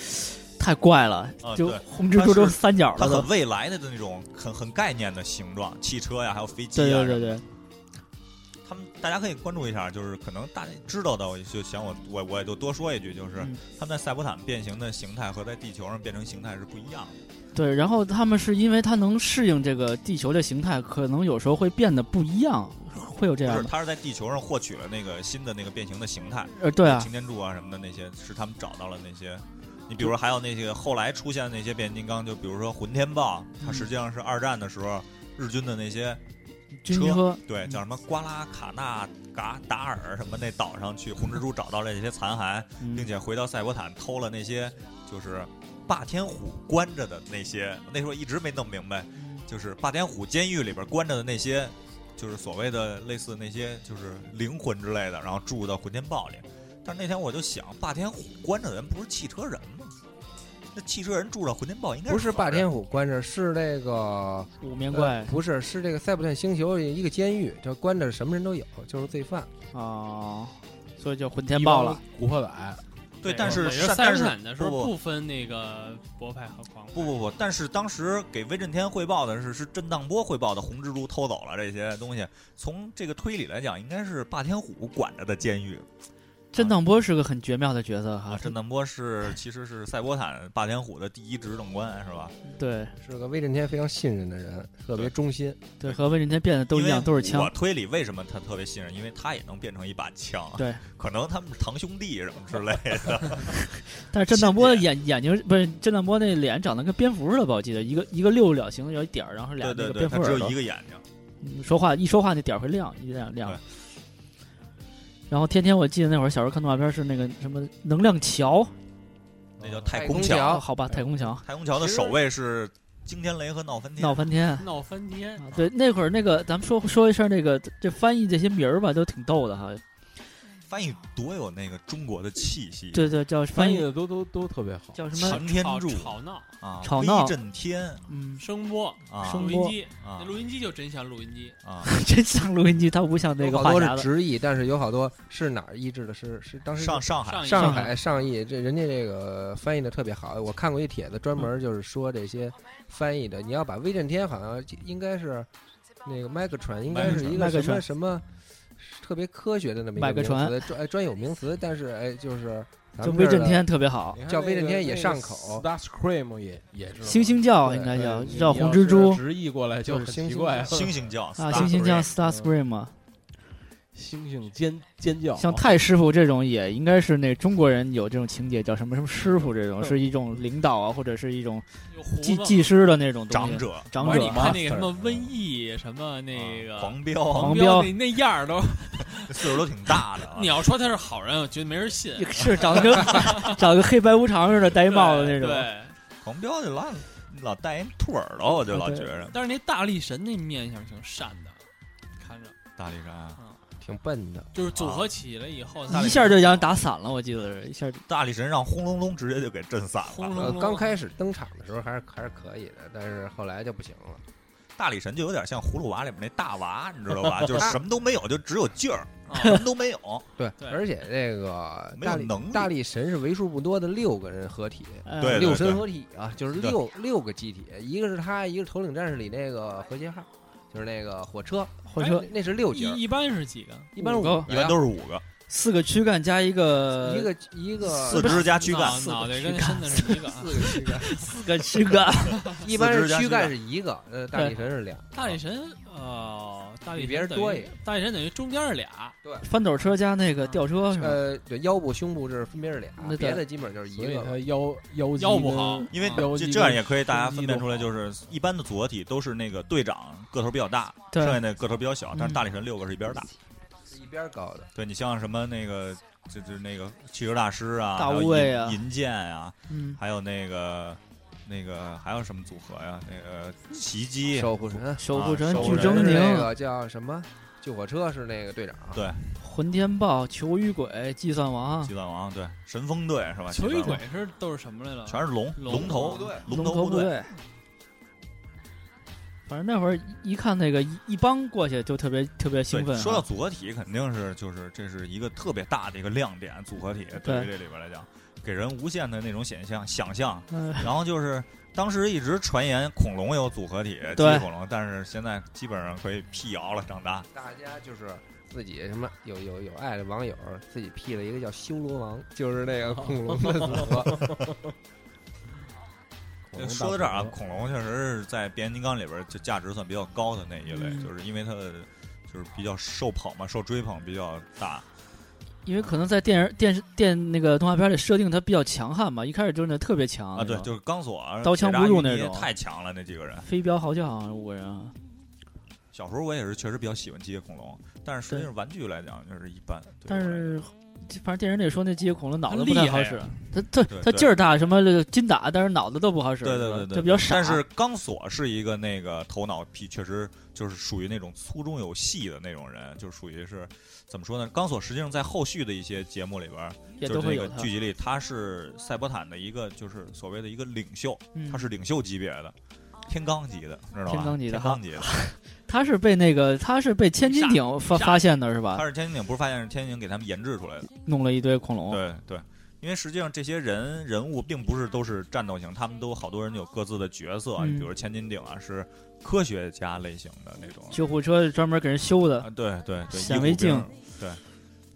S2: 太怪了，
S3: 啊
S2: 就
S3: 对
S2: 红蜘蛛
S3: 它
S2: 都
S3: 是
S2: 三角
S3: 它
S2: 了都
S3: 很。未来的那种很很概念的形状，汽车呀，还有飞机
S2: 对
S3: 呀，
S2: 对对对，
S3: 他们大家可以关注一下，就是可能大家知道的，我就想我我我也就多说一句，就是、
S2: 嗯
S3: 他们在赛博坦变形的形态和在地球上变成形态是不一样的。
S2: 对，然后他们是因为它能适应这个地球的形态，可能有时候会变得不一样，会有这
S3: 不
S2: 样
S3: 是，
S2: 的。
S3: 它是在地球上获取了那个新的那个变形的形态，
S2: 呃，对啊，
S3: 擎天柱啊什么的那些，是他们找到了那些。你比如说还有那些后来出现的那些变形金刚，就比如说混天豹，它
S2: 嗯
S3: 实际上是二战的时候日军的那些
S2: 军
S3: 车
S2: 车
S3: 对，
S2: 嗯
S3: 叫什么瓜拉卡纳嘎达尔什么那岛上去，红蜘蛛找到了这些残骸，
S2: 嗯
S3: 并且回到赛博坦偷了那些就是霸天虎关着的那些，那时候一直没弄明白，就是霸天虎监狱里边关着的那些，就是所谓的类似那些就是灵魂之类的，然后住到混天豹里。但是那天我就想，霸天虎关着的人不是汽车人吗？那汽车人住着混天豹应该
S4: 不是霸
S3: 好人
S4: 天虎关着，是那个
S2: 嗯五面
S4: 呃
S2: 怪
S4: 不是是这个塞普顿星球里一个监狱，这关着什么人都有，就是罪犯。
S3: 哦
S2: 啊，所以叫混天豹了。
S6: 古惑仔，
S3: 对，但是
S5: 三
S3: 但
S5: 三
S3: 是
S5: 审的时候
S3: 不
S5: 不分那个博派和狂派
S3: 不不不，但是当时给威震天汇报的是是震荡波汇报的，红蜘蛛偷走了这些东西。从这个推理来讲，应该是霸天虎管着的监狱
S2: 震荡波是个很绝妙的角色
S3: 啊
S2: 哈，。
S3: 震荡波是其实是赛博坦霸天虎的第一执政官是吧？
S2: 对
S4: 是个威震天非常信任的人，特别忠心。
S2: 对，和威震天变得都一样，
S3: 因为
S2: 都是
S3: 我
S2: 枪。
S3: 推理为什么他特别信任，因为他也能变成一把枪。啊
S2: 对，
S3: 可能他们是堂兄弟什么之类的。
S2: 但是震荡波的眼眼睛不是震荡波那脸长得跟蝙蝠似的吧？我记得一个一个六角形有一点儿，然后俩
S3: 对
S2: 那
S3: 对
S2: 个
S3: 对，
S2: 蝙蝠
S3: 他只
S2: 耳
S3: 有
S2: 朵
S3: 一。个眼睛。
S2: 嗯说话一说话那点儿会亮，一亮亮
S3: 对。
S2: 然后天天我记得那会儿小时候看动画片是那个什么能量桥，
S3: 那叫
S4: 太
S3: 空
S4: 空
S3: 桥。
S4: 桥
S2: 哦好吧，太空桥
S3: 太空桥的守卫是惊天雷和闹翻天。
S2: 闹翻天。
S5: 闹翻天，
S2: 啊，对，那会儿那个，咱们说说一下那个这翻译这些名儿吧，都挺逗的哈。
S3: 翻译多有那个中国的气息。
S2: 对对，叫
S6: 翻
S2: 翻
S6: 译
S2: 译
S6: 的都都都特别好。
S2: 叫什么？
S3: 擎天
S5: 吵
S3: 柱
S5: 吵闹
S3: 啊，
S2: 吵闹
S3: 威震天
S2: 嗯，
S5: 声波。
S3: 啊
S2: 声
S5: 录
S2: 波
S5: 音机，
S3: 啊
S5: 那录音机就真像录音机，
S3: 啊，
S2: 真像录音机，它不像那
S4: 有
S2: 个
S4: 好
S2: 话
S4: 多
S2: 匣
S4: 是
S2: 子。
S4: 直译，但是有好多是哪儿译制的？是是当时
S3: 上上海
S5: 上一
S4: 上
S5: 上
S4: 海上译，这人家这个翻译的特别好。我看过一帖子，专门就是说这些翻译的。你要把威震天好像应该是那个麦克船，应该是一
S2: 麦克
S4: 个什么
S2: 船
S4: 什么特别科学的那么一
S2: 麦克
S4: 个名词，
S2: 船
S4: 专哎专有名词。但是哎，就是咱
S2: 就
S4: 们
S2: 威
S4: 这儿
S2: 震
S4: 的
S2: 天特别好，
S6: 你看
S4: 叫
S6: 那
S4: 威震
S6: 个
S4: 天也
S6: 那个
S4: 上口
S6: Starscream 也也是
S2: 星哎星叫
S4: 对
S2: 应该
S6: 对
S2: 叫
S6: 呃你
S2: 叫
S6: 你
S2: 红
S6: 要
S2: 蜘
S6: 是
S2: 蛛
S6: 直译过来
S4: 就
S6: 就是很
S4: 星
S6: 奇
S4: 星
S6: 怪了，
S3: 星星叫
S2: 啊，
S3: Star
S2: 星星叫
S3: Parade
S2: Star Scream 嘛。
S6: 星星尖尖叫，啊
S2: 像太师傅这种也应该是那中国人有这种情节，叫什么什么师傅这种，是一种领导啊，或者是一种
S5: 有胡
S2: 技
S5: 子嘛
S2: 技师的那种东西
S3: 长。者
S2: 长
S5: 我说
S2: 者
S5: 你
S2: 嘛，
S5: 看那个什
S6: Monster
S5: 么瘟疫什么那个
S3: 啊狂飙，
S2: 狂
S5: 飙
S2: 飙
S5: 那那样儿都，
S3: 岁数都挺大的啊
S5: 你。要说他是好人，我觉得没人信。
S2: 是长得跟长得跟 黑白无常似的，戴一帽子那种。
S5: 对，
S3: 狂飙就老老带一兔耳朵，我就老
S2: 啊对
S3: 觉着
S5: 但是那大力神那面相挺善的，看着，
S3: 大力神，啊
S5: 嗯，
S4: 挺笨的。
S5: 就是组合起了以后，
S2: 啊一下就让打散了，我记得是一下就
S3: 大力神让轰隆隆直接就给震散
S5: 轰
S3: 了。
S5: 隆
S4: 呃，
S5: 隆，
S4: 刚开始登场的时候还是还是可以的，但是后来就不行了。
S3: 大力神就有点像葫芦娃里面那大娃，你知 道吧？就是什么都没有，就只有劲儿，
S5: 啊
S3: 什么都 没有。
S4: 对，
S5: 对
S4: 而且这个
S3: 没有
S4: 大力
S3: 能力
S4: 大力神是为数不多的六个人合体，
S2: 呃
S3: 对
S4: 六神合体啊，就是六六个机体，一个是他，一个是头领战士里那个和谐号，就是那个火车，哎
S2: 火车
S4: 那那是六节儿
S5: 一，一般是几个？
S4: 一般是
S2: 五个
S4: 个
S3: 一
S4: 呀呃
S3: 般都是五个，
S2: 四个躯干加一个
S4: 一个一个
S3: 四肢加躯干，
S5: 脑脑 袋跟身子是一个。
S4: 四个躯干，
S2: 四个躯干，
S4: 一般
S3: 四
S4: 是
S3: 肢加
S4: 躯
S3: 躯干
S4: 干是一个，呃，大力神是俩，
S5: 大力神，哦，大力
S4: 比
S5: 神
S4: 别人
S5: 等于
S4: 多一个
S5: 大力神等于中间是俩，
S2: 翻斗车加那个吊车是吧？
S4: 呃，对，腰部、胸部这是分别是俩
S2: 那，对
S4: 别的基本就是一
S6: 所以
S4: 个
S6: 他。腰腰
S5: 腰不好，
S3: 因为
S5: 啊
S6: 腰
S3: 这
S6: 肌
S3: 这样也可以，大家
S6: 胸
S3: 分
S6: 肌
S3: 辨
S6: 都
S3: 出来，
S6: 好
S3: 就是一般的组合体都是那个队长个头比较大，剩下
S2: 对，
S3: 那个头比较小，但
S2: 嗯
S3: 是大力神六个是一边大。
S4: 是一边高的，
S3: 对你像什么那个，就就是那个汽车大师啊，
S2: 大
S3: 还有
S2: 无畏
S3: 银
S2: 啊
S3: 银剑啊，
S2: 嗯，
S3: 还有那个那个还有什么组合呀？那个奇迹
S4: 守护神，
S2: 守护神
S3: 啊守
S2: 巨
S3: 护
S2: 狰
S3: 神
S4: 是那
S2: 狞，
S4: 个叫什么？救火车是那个队长，啊
S3: 对
S2: 混天豹、球与鬼、计算王、
S3: 鸡蛋王，对神风队是吧？
S5: 球
S3: 鸡
S5: 与
S3: 蛋
S5: 鬼
S3: 王
S5: 是都是什么来了？
S3: 全是龙
S5: 龙
S3: 头
S5: 部队
S3: 龙
S2: 头
S3: 头部队，
S2: 队。反正那会儿一一看那个一一帮过去就特别特别兴奋
S3: 对，
S2: 啊，
S3: 说到组合体，肯定是就是这是一个特别大的一个亮点，组合体对
S2: 对
S3: 于这里边来讲，给人无限的那种想象想象。
S2: 嗯，
S3: 然后就是当时一直传言恐龙有组合体，
S2: 对
S3: 机器恐龙，但是现在基本上可以辟谣了，长大。
S4: 大家就是自己什么有有有爱的网友自己 P 了一个叫修罗王，就是那个恐龙的组合。
S6: 恐龙大
S3: 说到这儿啊
S6: 恐，龙
S3: 恐龙确实是在变形金刚里边儿就价值算比较高的那一类，
S2: 嗯
S3: 就是因为它的就是比较受捧嘛，受追捧比较大。
S2: 因为可能在电影电视电那个动画片里设定它比较强悍嘛，一开始就是那特别强
S3: 啊，对，
S2: 那种
S3: 就是钢索、
S2: 刀枪
S3: 铁达
S2: 不入
S3: 尼
S2: 那种
S3: 太强了，那几个人。
S2: 啊飞镖好像五个人啊，
S3: 小时候我也是确实比较喜欢机械恐龙，但是实际上玩具来讲就是一般。对
S2: 但
S3: 我来
S2: 是反正电影里说那机械恐龙脑
S5: 它
S2: 子不太
S5: 厉害
S2: 好
S5: 呀
S2: 使，它它
S3: 对
S2: 它
S3: 对
S2: 劲儿大，什么这个金打，但是脑子都不好使，
S3: 对对
S2: 是吧
S3: 对对，
S2: 就比较傻。
S3: 但是钢索是一个那个头脑皮，确实就是属于那种粗中有细的那种人，就是属于是怎么说呢？钢索实际上在后续的一些节目里边，
S2: 也
S3: 就
S2: 都
S3: 是
S2: 会
S3: 这
S2: 有
S3: 个
S2: 它
S3: 剧。集里，他是赛博坦的一个就是所谓的一个领袖，
S2: 嗯
S3: 他是领袖级别的。天罡级的，知道吧？
S2: 天罡级的
S3: 天罡级的，
S2: 他是被那个他是被千斤顶发
S5: 下
S2: 发现的是
S3: 他
S2: 吧？
S3: 是天津顶，不是发现是天津给他们研制出来的。
S2: 弄了一堆恐龙，
S3: 对对，因为实际上这些人人物并不是都是战斗型，他们都好多人有各自的角色，
S2: 嗯
S3: 比如千斤顶啊是科学家类型的那种，
S2: 救护车是专门给人修的，
S3: 啊对对对，
S2: 显
S3: 医护
S2: 微
S3: 兵
S2: 镜，
S3: 对，还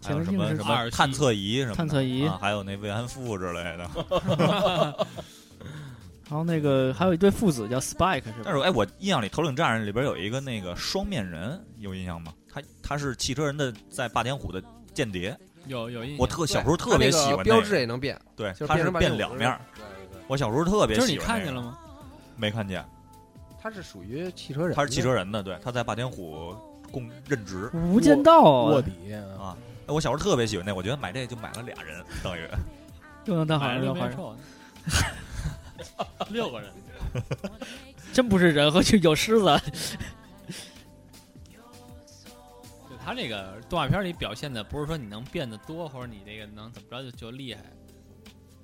S2: 显
S3: 有
S2: 微
S3: 什
S2: 镜
S3: 么
S2: 是
S3: 什
S5: 二
S3: 么
S5: 期
S3: 探测仪什么的
S2: 探测仪
S3: 啊，还有那慰安妇之类的。
S2: 然后那个还有一对父子叫 Spike 是
S3: 但
S2: 吧？
S3: 是哎，我印象里《头领战士》里边有一个那个双面人，有印象吗？他他是汽车人的在霸天虎的间谍，
S5: 有有印象。
S3: 我特 小时候特别
S4: 它
S3: 喜
S4: 那个
S3: 欢、那个、
S4: 标志也能变，
S3: 对，
S4: 就是
S3: 他是
S4: 成
S3: 变两面儿。。
S4: 对对对，
S3: 我小时候特别喜
S5: 就
S3: 欢、
S5: 是你
S3: 那个，
S5: 看见了吗？
S3: 没看见？
S4: 它是属于汽车人，
S3: 他是汽车人的，对，他在霸天虎供任职。
S2: 无间道
S6: 卧
S2: 啊，
S6: 底啊
S3: 啊，哎我小时候特别喜欢那，我觉得买这就买了俩人，等于
S2: 又能当好
S5: 买
S2: 人
S5: 了
S2: 又
S5: 路
S2: 坏
S5: 边
S2: 人，
S5: 臭，六个人，
S2: 真不是人，和去有狮子。
S5: 就他这个动画片里表现的，不是说你能变得多，或者你这个能怎么着就就厉害。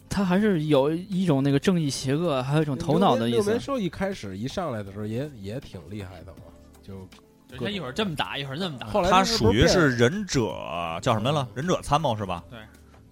S2: 他还是有一种那个正义邪恶，还有一种嗯头脑的意
S6: 六
S2: 思。
S6: 门兽一开始一上来的时候也也挺厉害的嘛，就
S5: 就他一会儿这么打，一会儿那么打。
S6: 后来
S3: 他
S6: 是
S3: 属
S6: 不
S3: 于
S6: 变
S3: 是忍者叫什么来了？忍者参谋是吧？
S5: 对，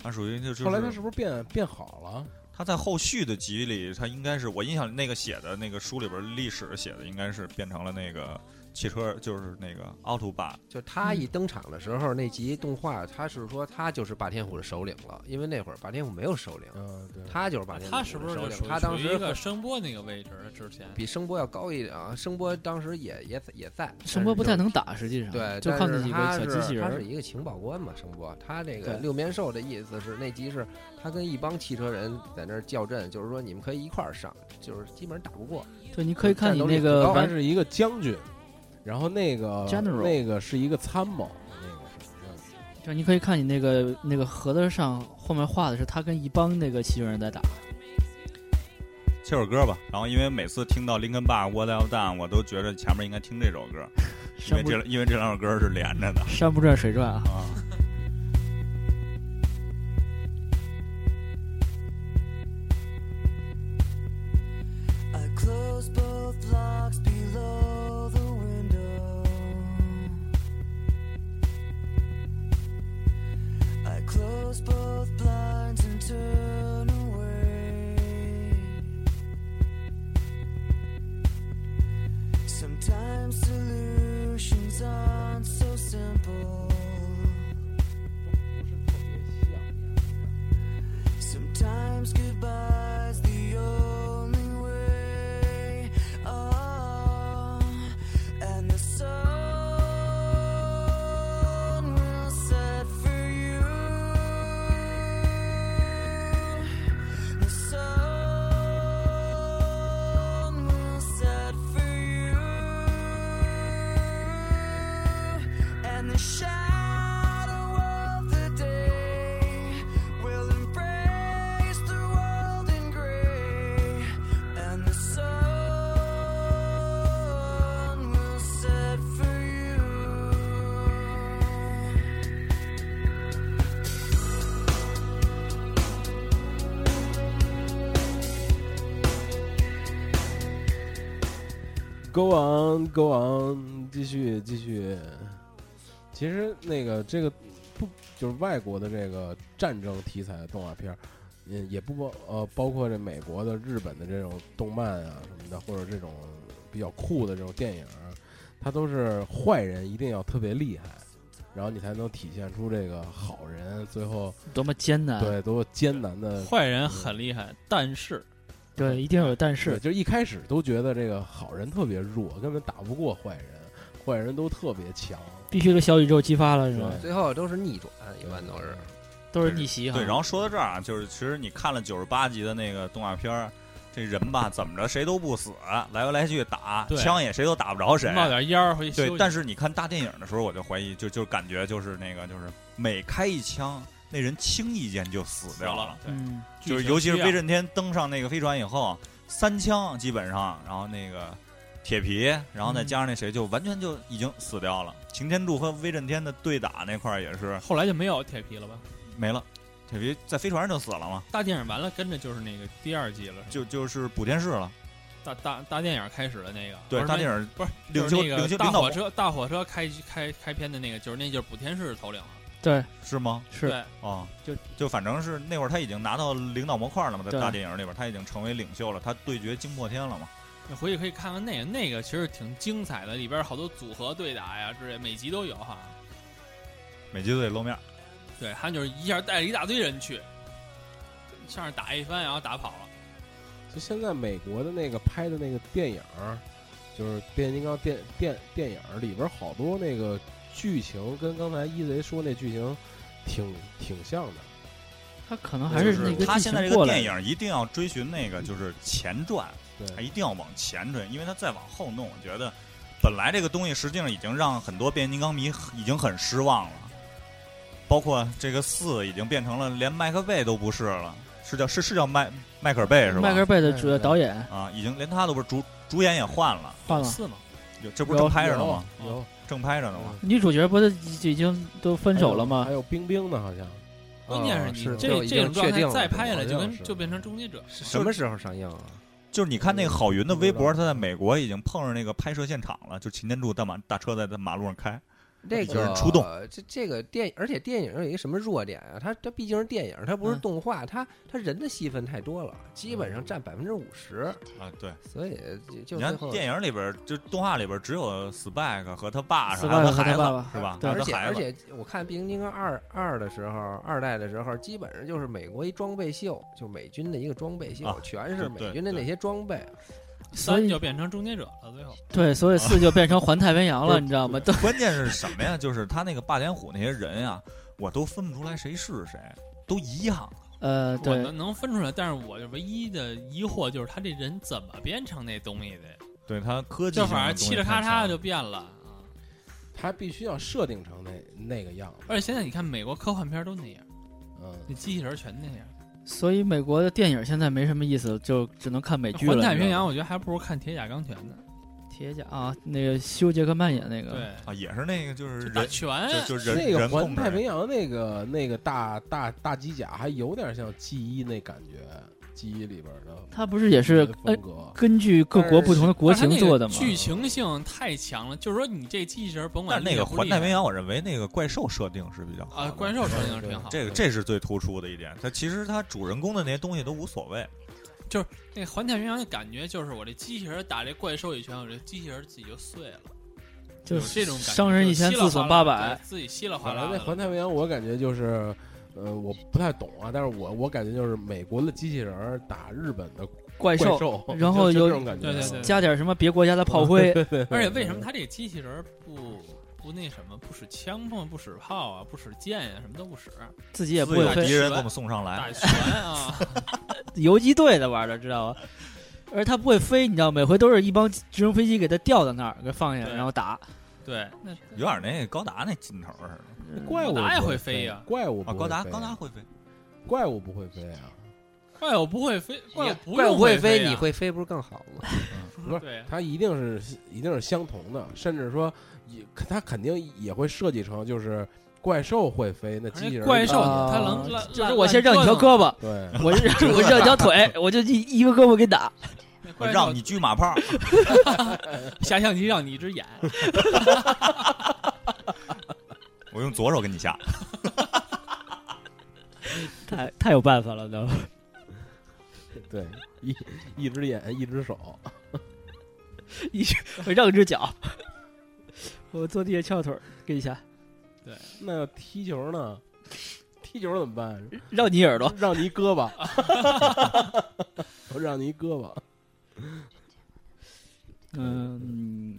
S3: 他属于就是
S6: 后来他是不是变变好了？
S3: 他在后续的集里，他应该是我印象里那个写的那个书里边历史写的，应该是变成了那个汽车，就是那个奥图巴。
S4: 就他一登场的时候，那集动画他是说他就是霸天虎的首领了，因为那会儿霸天虎没有首领，
S6: 嗯，对，
S4: 他就是霸天虎
S5: 他
S4: 的
S5: 是不是
S4: 首
S5: 就
S4: 领
S5: 属于
S4: 他当
S5: 属于一
S4: 时
S5: 个声波那个位置之前？
S4: 比声波要高一点啊，声波当时也也也在，
S2: 声波不太
S4: 但是
S2: 能打，实际上
S4: 就。对，
S2: 啊就靠那几个
S4: 但
S2: 小
S4: 是他
S2: 机器
S4: 是
S2: 人
S4: 他
S2: 儿
S4: 是。一个情报官嘛，声波。他这个
S2: 对
S4: 六面兽的意思是，那集是他跟一帮汽车人在那儿较阵，就是说你们可以一块儿上，就是基本上打不过。
S2: 对，你可以看你
S4: 战斗力
S2: 那
S4: 很
S2: 个
S4: 高
S6: 他
S2: 完
S6: 是一个将军，然后那个
S2: General
S6: 那个是一个参谋，那个是嗯
S2: 就你可以看你那个那个盒子上后面画的是他跟一帮那个骑行人在打，
S3: 这首歌吧，然后因为每次听到林根霸《What I've Done》，我都觉得前面应该听这首歌，因
S2: 山
S3: 为
S2: 不
S3: 这因为这两首歌是连着的
S2: 山不转水转啊。
S3: 啊。
S7: I close both locks below the window. I close both blinds and turn away. Sometimes solutions aren't so simple. Sometimes goodbye's the only way. Oh, and the sun will set for you. The sun will set for you, and the shadow of the day will embrace the world in gray, and the sun will set for you.
S6: Go on, go on，继续继续。其实那个这个不就是外国的这个战争题材的动画片儿，嗯，也不包呃包括这美国的、日本的这种动漫啊什么的，或者这种比较酷的这种电影儿，它都是坏人一定要特别厉害，然后你才能体现出这个好人最后
S2: 多么艰难。啊
S6: 对多艰难
S3: 呃
S6: 的
S5: 坏人很厉害，但是
S3: 嗯
S5: 嗯
S2: 对一定要有但
S6: 对
S2: 是。
S6: 就一开始都觉得这个好人特别弱，根本打不过坏人，坏人都特别强。
S2: 必须这小宇宙激发了是吧？
S6: 对
S4: 最后都是逆转，一般都是。
S2: 都是逆袭哈。
S3: 对，然后说到这儿啊，就是其实你看了九十八集的那个动画片儿，这人吧，怎么着谁都不死，来回来去打，
S5: 对
S3: 枪也谁都打不着谁。
S5: 冒点烟儿回去休
S3: 对
S5: 息。，
S3: 但是你看大电影的时候，我就怀疑，就就感觉就是那个，就是每开一枪，那人轻易间就死
S5: 死
S3: 掉
S5: 了，对
S2: 嗯，
S3: 就是
S5: 剧情
S3: 尤其是
S5: 需要
S3: 威震天登上那个飞船以后，三枪基本上，然后那个铁皮，然后再
S2: 嗯
S3: 加上那谁，就完全就已经死掉了。擎天柱和威震天的对打那块儿也是
S5: 后来就没有铁皮了吧？
S3: 没了，铁皮在飞船上就死了嘛，
S5: 大电影完了，跟着就是那个第二季了，
S3: 就就是补天士了。
S5: 大大大电影开始的那个。
S3: 对，大电
S5: 影
S3: 影
S5: 不是
S3: 领
S5: 就是
S3: 袖
S5: 那
S3: 领
S5: 个
S3: 袖
S5: 大
S3: 领
S5: 火
S3: 导
S5: 车大火车开开开篇的那个，就是那就是补天士头领了。
S2: 对，
S3: 是吗？
S2: 是
S5: 对
S3: 哦，
S2: 就
S3: 就反正是那会儿他已经拿到领导模块了嘛，在
S2: 对
S3: 大电影里边儿他已经成为领袖了，他对决惊破天了嘛。
S5: 你回去可以看看那个，那个其实挺精彩的，里边好多组合对打呀之类，每集都有哈。
S3: 每集都得露面儿，
S5: 对，他就是一下带了一大堆人去，上面打一番，然后打跑了。
S6: 就现在美国的那个拍的那个电影儿，就是变形金刚电电电影儿里边儿好多那个剧情跟刚才一贼说那剧情挺挺像的。
S2: 他可能还
S3: 就是
S2: 那个
S3: 他
S2: 剧
S3: 现在
S2: 情
S3: 这
S2: 过
S3: 个
S2: 来
S3: 电
S2: 的。
S3: 影一定要追寻那个就是前传，
S6: 对
S3: 他一定要往前追，因为他再往后弄，我觉得本来这个东西实际上已经让很多变形金刚迷已经很失望了，包括这个四已经变成了连麦克贝都不是了，是叫是是叫迈迈克尔贝是吧？
S2: 迈克尔贝的主
S6: 对对
S2: 导演
S3: 啊，已经连他都不是主主演也换了，
S2: 换了，
S5: 四嘛，
S3: 有这不是正拍着呢吗？
S6: 有有
S3: 正拍着呢吗？
S2: 女主角不是已已经都分手了
S6: 还
S2: 吗？
S6: 有冰冰呢，好像
S5: 关键你
S4: 哦是
S5: 这
S4: 已
S5: 这
S4: 经
S5: 种
S4: 确
S5: 状态
S4: 定了
S5: 再拍下来就
S6: 好像
S5: 跟
S6: 是
S5: 就变成终结者。
S4: 什么时候上映啊？
S3: 就是你看那个郝云的微博，他在美国已经碰上那个拍摄现场了，就擎天柱大马大车在在马路上开，
S4: 这
S3: 就是
S4: 个
S3: 出动，
S4: 这这个电，而且电影有一个什么弱点啊？它它毕竟是电影，它不是
S5: 嗯
S4: 动画，它它人的戏份太多了，基本上占百分之五十，
S3: 啊，对。
S4: 所以就就
S3: 你
S4: 最
S3: 看
S4: 后，
S3: 电影里边儿，就动画里边儿只有 Spike 和他爸，
S5: 哎
S2: Spike
S3: 还
S2: 和他
S3: 有孩子
S2: 爸爸
S3: 是吧？
S2: 对
S3: 还
S4: 而
S3: 有
S4: 且
S3: 他孩
S4: 而
S3: 子，
S4: 且我看《变形金刚二二》的时候，二代的时候，基本上就是美国一装备秀，就美军的一个装备秀，
S3: 啊
S4: 全是
S3: 对对
S4: 美军的那些装备。
S2: 所
S5: 三
S2: 以
S5: 就变成终结者了，最后
S2: 对，所以
S3: 啊
S2: 四就变成环太平洋
S3: 不
S2: 了，
S3: 是
S2: 你知道吗？都
S3: 关键是什么呀？就是他那个霸天虎那些人啊，我都分不出来谁是谁，都一样。
S2: 呃，
S5: 我
S2: 对
S5: 能能分出来，但是我就唯一的疑惑就是他这人怎么变成那东西的？
S3: 对他科技
S5: 就
S3: 性
S5: 反
S3: 的
S5: 正
S3: 东西
S5: 嘁哩
S3: 太
S5: 咔
S3: 强
S5: 嚓
S3: 了
S5: 就变了。啊
S6: 他必须要设定成那那个样子。
S5: 而且现在你看美国科幻片都那样，
S6: 嗯，
S5: 那机器人全那样。
S2: 所以美国的电影现在没什么意思，就只能看美剧了。
S5: 环太
S2: 你知
S5: 平
S2: 道
S5: 洋，
S2: 吗
S5: 我觉得还不如看《铁甲钢拳》呢。
S2: 铁甲啊，那个休杰克曼演那个，
S5: 对，
S3: 啊，也是那个就是
S5: 打
S3: 人
S5: 拳
S3: 就就
S6: 那
S3: 人
S6: 个
S3: 人
S6: 环
S3: 控制
S6: 太平
S3: 那个。
S6: 洋那个那个大大大机甲还有点像记忆那感觉，记忆里边的
S2: 他不是也是
S6: 风
S2: 根
S6: 格。
S2: 根据各国不同的国
S5: 但是它
S2: 情
S5: 那个
S2: 做的吗？
S5: 剧情性太强了，就是说你这机器人甭管
S3: 但是那个环太平
S5: 洋
S3: 洋，我认为那个怪兽设定是比较好
S5: 啊，
S3: 的
S5: 怪兽设定是挺好。
S3: 这个这是最突出的一点。他其实他主人公的那些东西都无所谓，
S5: 那环太平洋的感觉就是我这机器人打这怪兽一拳，我这机器人自己就碎了，
S2: 就
S5: 有这种感觉。
S2: 商人一
S5: 就是
S2: 千
S5: 稀里
S2: 自损
S5: 哗啦
S2: 八百，
S5: 对自己稀里哗
S6: 反
S5: 啦
S6: 正
S5: 的
S6: 那
S5: 了。
S6: 环太平洋，我感觉就是，呃，我不太懂啊，但是我我感觉就是美国的机器人儿打日本的
S2: 怪
S6: 兽，
S2: 兽，然后
S6: 就
S2: 有
S6: 这种感觉，啊
S5: 对对对
S2: 加点什么别国家的炮 灰，
S5: 而且为什么他这个机器人不不那什么，不使枪嘛，不使炮啊，不使剑呀、什么都不使，
S3: 哎
S2: 自己也不
S3: 自
S2: 会
S3: 有
S2: 飞
S3: 敌。人给我们送上来
S5: 打。拳啊，
S2: 游击队的玩的，知道吗？而他不会飞，你知道，每回都是一帮直升飞机给他吊到那儿，给放下来，
S5: 对
S2: 然后打。
S5: 对，那
S3: 有点那个高达那劲头儿似的
S6: 怪物
S5: 高达也
S6: 不
S5: 会飞呀
S6: 怪物
S3: 啊！
S6: 不
S3: 高
S6: 会
S3: 达
S6: 飞
S3: 高达会飞，
S6: 怪物不会飞啊，
S5: 怪物不会飞，怪物不
S4: 怪
S5: 用
S4: 不会
S5: 飞
S4: 飞，
S5: 呀，
S4: 你会飞不是更好吗？
S6: 不是，
S5: 对呀。
S6: 它一定是一定是相同的，甚至说也它肯定也会设计成就是怪兽会飞，那
S5: 而
S6: 机器
S5: 且
S6: 人
S5: 怪兽
S2: 啊
S5: 它能烂，
S2: 就是
S5: 烂
S2: 我先让你条胳，膊，
S6: 对，
S2: 我 让我让你条腿，我就一一个胳膊给打。
S5: 烂
S3: 我
S5: 折腾
S3: 让你狙马炮。
S5: 下象棋让你一只眼，
S3: 我用左手跟你下。
S2: 太太有办法了都。
S6: 对一一只眼一只手，
S2: 我让一只脚， 我坐地下翘腿儿给一下，
S6: 那要踢球呢？踢球怎么办？
S2: 让你耳朵。
S6: 让你一胳膊，我让你一胳膊。
S2: 嗯，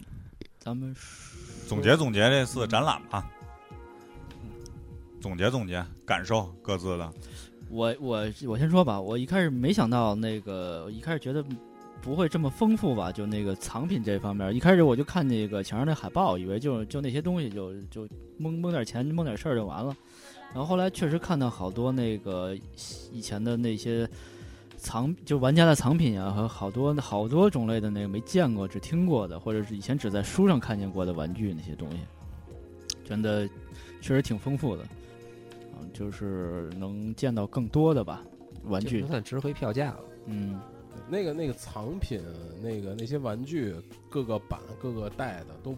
S2: 咱们说
S3: 总结总结这次展览吧，总结总结感受各自的。
S2: 我我我先说吧，我一开始没想到那个，一开始觉得不会这么丰富吧，就那个藏品这方面。一开始我就看那个墙上那海报，以为就就那些东西就就蒙蒙点钱蒙点事儿就完了。然后后来确实看到好多那个以前的那些藏，就玩家的藏品啊，和好多好多种类的那个没见过、只听过的，或者是以前只在书上看见过的玩具那些东西，真的确实挺丰富的。嗯，就是能见到更多的吧玩
S4: 这
S2: 具
S4: 不。算值回票价了。
S2: 嗯，
S6: 那个那个藏品，那个那些玩具，各个版、各个带的都，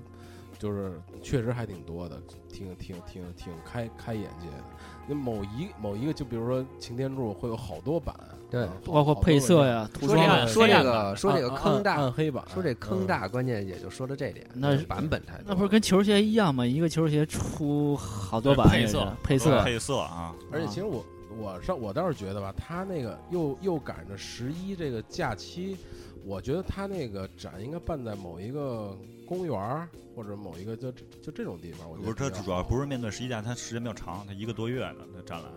S6: 就是确实还挺多的，挺挺挺挺开开眼界的。那某一某一个，就比如说擎天柱，会有好多版，
S4: 对
S6: 啊
S2: 包括配色，呀、涂
S4: 说
S2: 装
S4: 这
S2: 啊
S4: 个，说这
S5: 黑暗
S4: 个说这个坑
S6: 暗
S4: 大，
S6: 黑版，啊
S4: 说这坑大，关键也就说到这点。
S2: 嗯那
S4: 就是版本太多
S2: 那不是跟球鞋一样吗？一个球鞋出好多版，
S5: 配
S2: 也是
S5: 色
S2: 配色，
S3: 配色啊，
S6: 而且
S2: 啊
S6: 其实我我上我倒是觉得吧，他那个又又赶着十一这个假期，我觉得他那个展应该办在某一个公园儿或者某一个就就这种地方。我觉
S3: 不
S6: 得
S3: 是它
S6: 比较
S3: 主要
S6: 好
S3: 不是面对十一假，它时间比较长，它一个多月呢，它展览。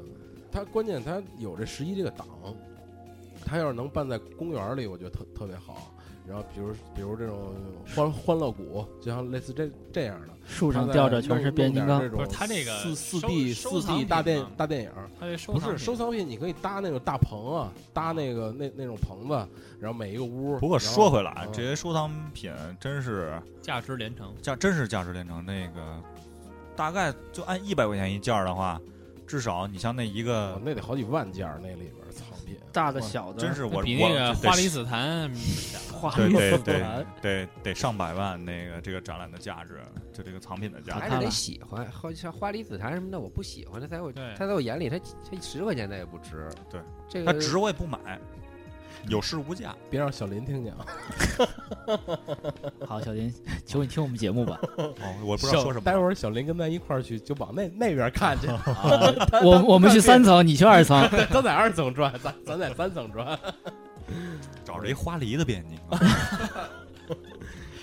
S6: 他关键他有这十一这个档，他要是能办在公园里，我觉得特特别好。然后比如比如这种欢欢乐谷，就像类似这这样的，
S2: 树
S6: 他
S2: 上
S6: 再
S2: 吊着全是
S6: 弄
S2: 变形金刚
S6: 弄点这。种
S5: 不是它这个
S6: 四四
S5: 收
S6: D
S5: 收
S6: 四
S5: 藏
S6: D
S5: 品
S6: 大电
S5: 嘛
S6: 大电影儿，
S5: 它这收
S6: 不
S5: 藏
S6: 是
S5: 品
S6: 收藏品，你可以搭那种大棚啊，搭那个那那种棚子，然后每一个屋。
S3: 不过说回来啊
S6: 然，后
S3: 这些收藏品真是
S5: 价值连城，
S3: 价，真是价值连城。那个大概就按一百块钱一件儿的话，至少你像那一
S6: 嗯
S3: 个
S6: 哦，那得好几万件儿那里边儿藏品，
S2: 大的小的，
S3: 真是我
S5: 比
S3: 我
S5: 哦那个
S3: 得
S5: 花梨紫檀
S2: 花
S3: 对
S2: 里
S3: 对
S2: 胡
S3: 对
S2: 来，
S3: 得得上百万那个这个展览的价值，就这个藏品的价值
S2: 看
S4: 还是
S2: 了
S4: 得喜欢，好像花梨紫檀什么的，我不喜欢，它在我
S5: 对
S4: 它在我眼里，它它十块钱它也不值。
S3: 对，
S4: 这
S3: 它
S4: 个
S3: 值我也不买，有市无价。
S6: 别让小林听见啊！
S2: 好，小林，求你听我们节目 吧。
S3: 哦，我不知道说什么
S6: 待。会儿小林跟咱一块儿去，就往那那边儿 看去。
S2: 啊我我们去三层，你去二层。
S6: 咱在二层转，咱咱在三层转。
S3: 找着一花梨的变 形金刚，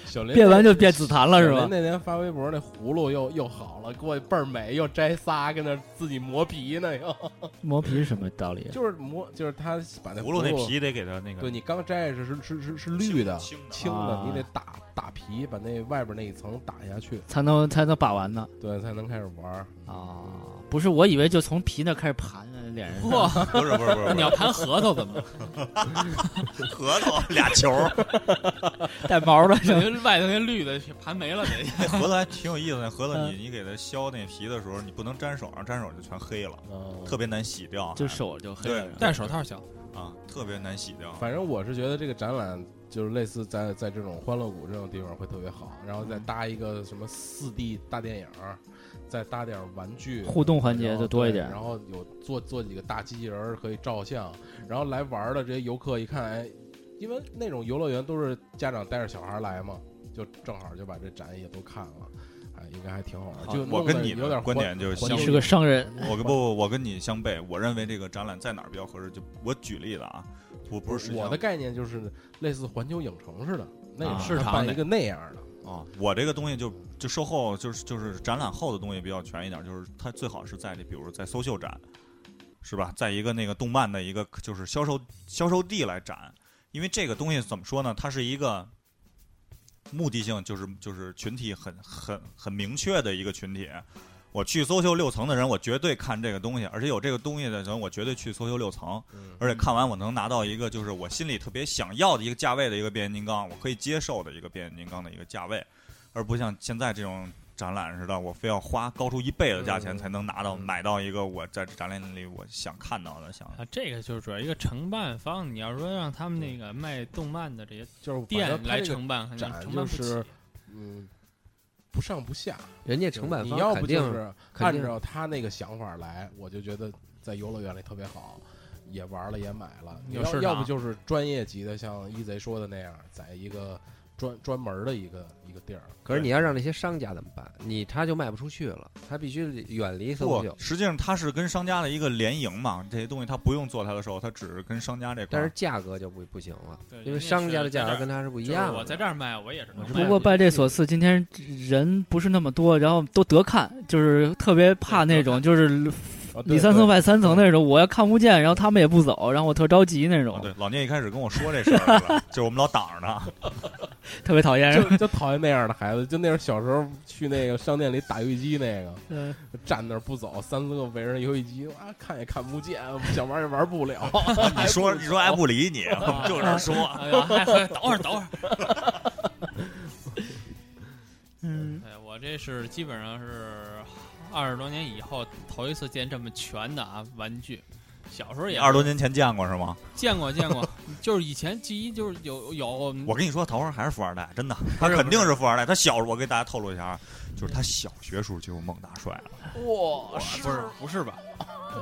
S6: 小林
S2: 变完就变紫檀了是
S6: 小林
S2: 吧？
S6: 那天发微博，那葫芦又又好了，给我倍儿美，又摘仨，跟那自己磨皮呢，又
S2: 磨皮是什么道理？啊
S6: 就是磨，就是他把那
S3: 葫芦那，皮得给它那个
S6: 对你刚摘是是是是是绿的，
S3: 青的
S6: 青的
S2: 啊，
S6: 你得打打皮，把那外边那一层打下去，
S2: 才能才能把玩呢
S6: 对，才能开始玩儿。
S2: 啊！不是，我以为就从皮那开始盘呃脸上。
S5: 哇，
S3: 不是不是不是，
S5: 你要盘核桃怎么？
S3: 核桃俩 球儿，
S2: 带毛的
S5: 感觉外头那绿的盘没了 得。
S3: 那核桃还挺有意思的。核
S5: 嗯
S3: 桃你你给它削那皮的时候，你不能沾手上，沾手就全黑了，
S5: 哦
S6: 嗯，
S3: 特别难洗掉。
S2: 就手就黑了
S3: 对。
S5: 戴手套小，
S3: 啊，特别难洗掉。
S6: 反正我是觉得这个展览就是类似在在这种欢乐谷这种地方会特别好，然后
S2: 嗯
S6: 再搭一个什么四 D 大电影儿，再搭点儿玩具
S2: 互动环
S6: 然
S2: 节
S6: 后
S2: 就多一
S6: 对
S2: 点
S6: 然，后有做做几个大机器人儿可以照相，然后来玩儿的这些游客一看，哎，因为那种游乐园都是家长带着小孩儿来嘛，就正好就把这展也都看了，哎，应该还挺好玩儿。
S2: 好
S6: 就
S3: 我
S6: 弄得
S3: 跟你
S6: 有点
S3: 的观
S6: 欢
S3: 点就是
S6: 环
S3: 相
S2: 你
S6: 境
S2: 是个商人，
S3: 我跟不不，我跟你相悖。我认为这个展览在哪儿比较合适？就我举例子啊，我不是实际
S6: 我
S3: 上
S6: 的概念就是类似环球影城似的，那
S3: 啊
S6: 种
S5: 市
S6: 它
S5: 场
S6: 办
S5: 得
S6: 一个那样的。
S3: 啊，我这个东西就就售后就是就是展览后的东西比较全一点，就是它最好是在这，比如在搜秀展，是吧？在一个那个动漫的一个就是销售销售地来展，因为这个东西怎么说呢？它是一个目的性，就是就是群体很很很明确的一个群体。我去搜秀六层的人，我绝对看这个东西，而且有这个东西的人，我绝对去搜秀六层。而且看完我能拿到一个就是我心里特别想要的一个价位的一个变形金刚，我可以接受的一个变形金刚的一个价位，而不像现在这种展览似的，我非要花高出一倍的价钱才能拿到、买到一个我在展览里我想看到的，想
S5: 啊，这个就是主要一个承办方，你要说让他们那个卖动漫的这些
S6: 就是反正
S5: 店
S6: 它
S5: 来
S6: 这个
S5: 承办，可能
S6: 展
S5: 承办不起
S6: 就是。嗯，不上不下。
S4: 人家承办
S6: 你
S4: 方
S6: 要
S4: 肯
S6: 不
S4: 定
S6: 就是
S4: 肯
S6: 按
S4: 定
S6: 照他那个想法来，我就觉得在游乐园里特别好，也玩了也买了。你
S5: 有
S6: 要
S5: 市
S6: 要
S5: 场
S6: 不就是专业级的，像一贼说的那样，在一个专专门的一个一个地儿。
S4: 可是你要让那些商家怎么办？你他就卖不出去了，他必须远离搜
S3: 不
S4: 秀，。
S3: 实际上它是跟商家的一个联营嘛，这些东西它不用做它的时候，它只是跟商家这块
S4: 但是
S3: 儿。
S4: 价格就不不行了，
S5: 对
S4: 因为
S5: 人家
S4: 商家的
S5: 是在
S4: 价
S5: 这
S4: 格
S5: 儿
S4: 跟他是不一
S5: 就是
S4: 样的。
S5: 我在这儿卖，我也是能卖
S2: 不过拜这所赐，今天人不是那么多，然后都得看，就是特别怕那种，就是
S6: 啊
S2: 里哦三层外三层
S5: 嗯
S2: 那种，我要看不见，然后他们也不走，然后我特着急那种
S5: 啊
S3: 哦，，对，老聂一开始跟我说这事儿是吧， 就是我们老挡着他，
S2: 特别讨厌。 是吧
S6: 就就讨厌那样的孩子，就那种小时候去那个商店里打游戏机那个，
S2: 嗯
S6: 站那儿不走，三四个围着游戏机，啊，看也看不见，想玩也玩不了。
S3: 你说你说还哎不理你，我们就这说，
S5: 哎呀，还还等会儿，等会儿。
S2: 嗯，
S5: 对我这是基本上是二十多年以后头一次见这么全的啊玩具。小时候也
S3: 二十多年前见过是吗？
S5: 见过见过，就是以前记忆就是有有
S3: 我跟你说，桃花还是富二代，真的，他
S5: 嗯不是
S3: 肯定是富二代。他小，我给大家透露一下啊，就是他小学时候就有孟大帅了，
S5: 不是不是不是吧？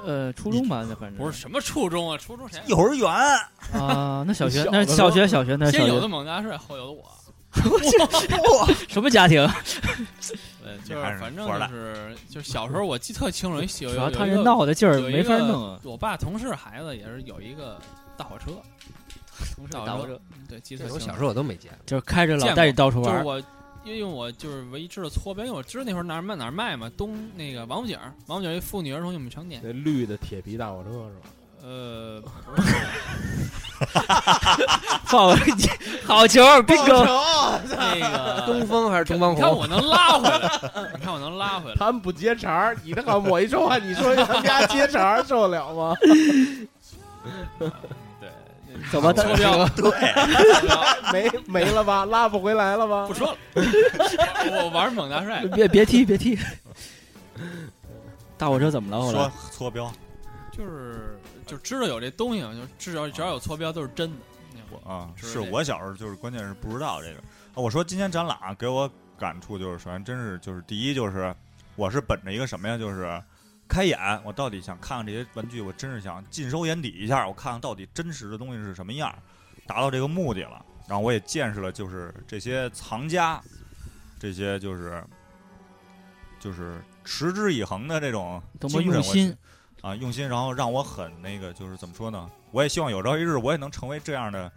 S2: 呃，初中吧，那反正
S5: 不是什么初中啊，初中谁？
S3: 幼儿园。
S2: 啊，那小学
S6: 小
S2: 那
S6: 的时
S2: 小
S6: 候
S2: 学小学那小
S5: 先有的
S2: 学
S5: 猛大帅，后有的我。
S2: 什么家庭？
S5: 对，
S3: 你
S5: 就是
S3: 还是
S5: 反正
S3: 富二代
S5: 就是就是小时候我记特清楚，有
S2: 主
S5: 有有
S2: 要他
S5: 一
S2: 这
S5: 个
S2: 闹的劲儿
S5: 有一
S2: 没法
S5: 个
S2: 弄啊。
S5: 我爸同事孩子也是有一个大 火车，同事
S2: 打火
S5: 车，
S2: 车
S5: 嗯对，记
S4: 这
S5: 得
S4: 种
S5: 特清
S4: 小
S5: 楚
S4: 时候我都没见过。
S2: 就是开着
S5: 见
S2: 老
S5: 过
S2: 带你到处
S5: 就
S2: 玩
S5: 是
S2: 儿，
S5: 我，因为我就是唯一知道搓边，因为我知道那会儿哪儿卖哪儿卖嘛，东那个王府井，王府井有一妇女儿童用品商店，
S6: 那绿的铁皮大火车是吧？
S5: 呃，
S2: 放了你好球，bingo！
S5: 那个
S4: 东风还是东方
S5: 你看
S4: 红？
S5: 我能拉回来，你看我能拉回来。
S6: 他们不接茬儿，你这好抹一说话，你说他们家接茬儿受得了吗？
S5: 对，
S2: 怎么
S5: 搓标
S6: 没没了吧，拉不回来了吧
S5: 不？说了， 我我玩猛大帅，
S2: 别别踢别踢！ 大火车怎么了？后
S3: 说
S2: 哦来
S3: 搓标
S5: 就是就知道有这东西，就至少只要有搓标都是真的。
S3: 啊，
S5: 知道
S3: 是
S5: 这个
S3: 我小时候就是关键是不知道这个。啊我说今天展览啊给我感触就是，首先真是就是第一就是我是本着一个什么呀，就是开眼，我到底想看看这些玩具，我真是想尽收眼底一下，我看看到底真实的东西是什么样儿，达到这个目的了。然后我也见识了，就是这些藏家，这些就是就是持之以恒的这种
S2: 多么
S3: 精神
S2: 用
S3: 我
S2: 心
S3: 啊，用心，然后让我很那个，就是怎么说呢？我也希望有朝一日我也能成为这样的，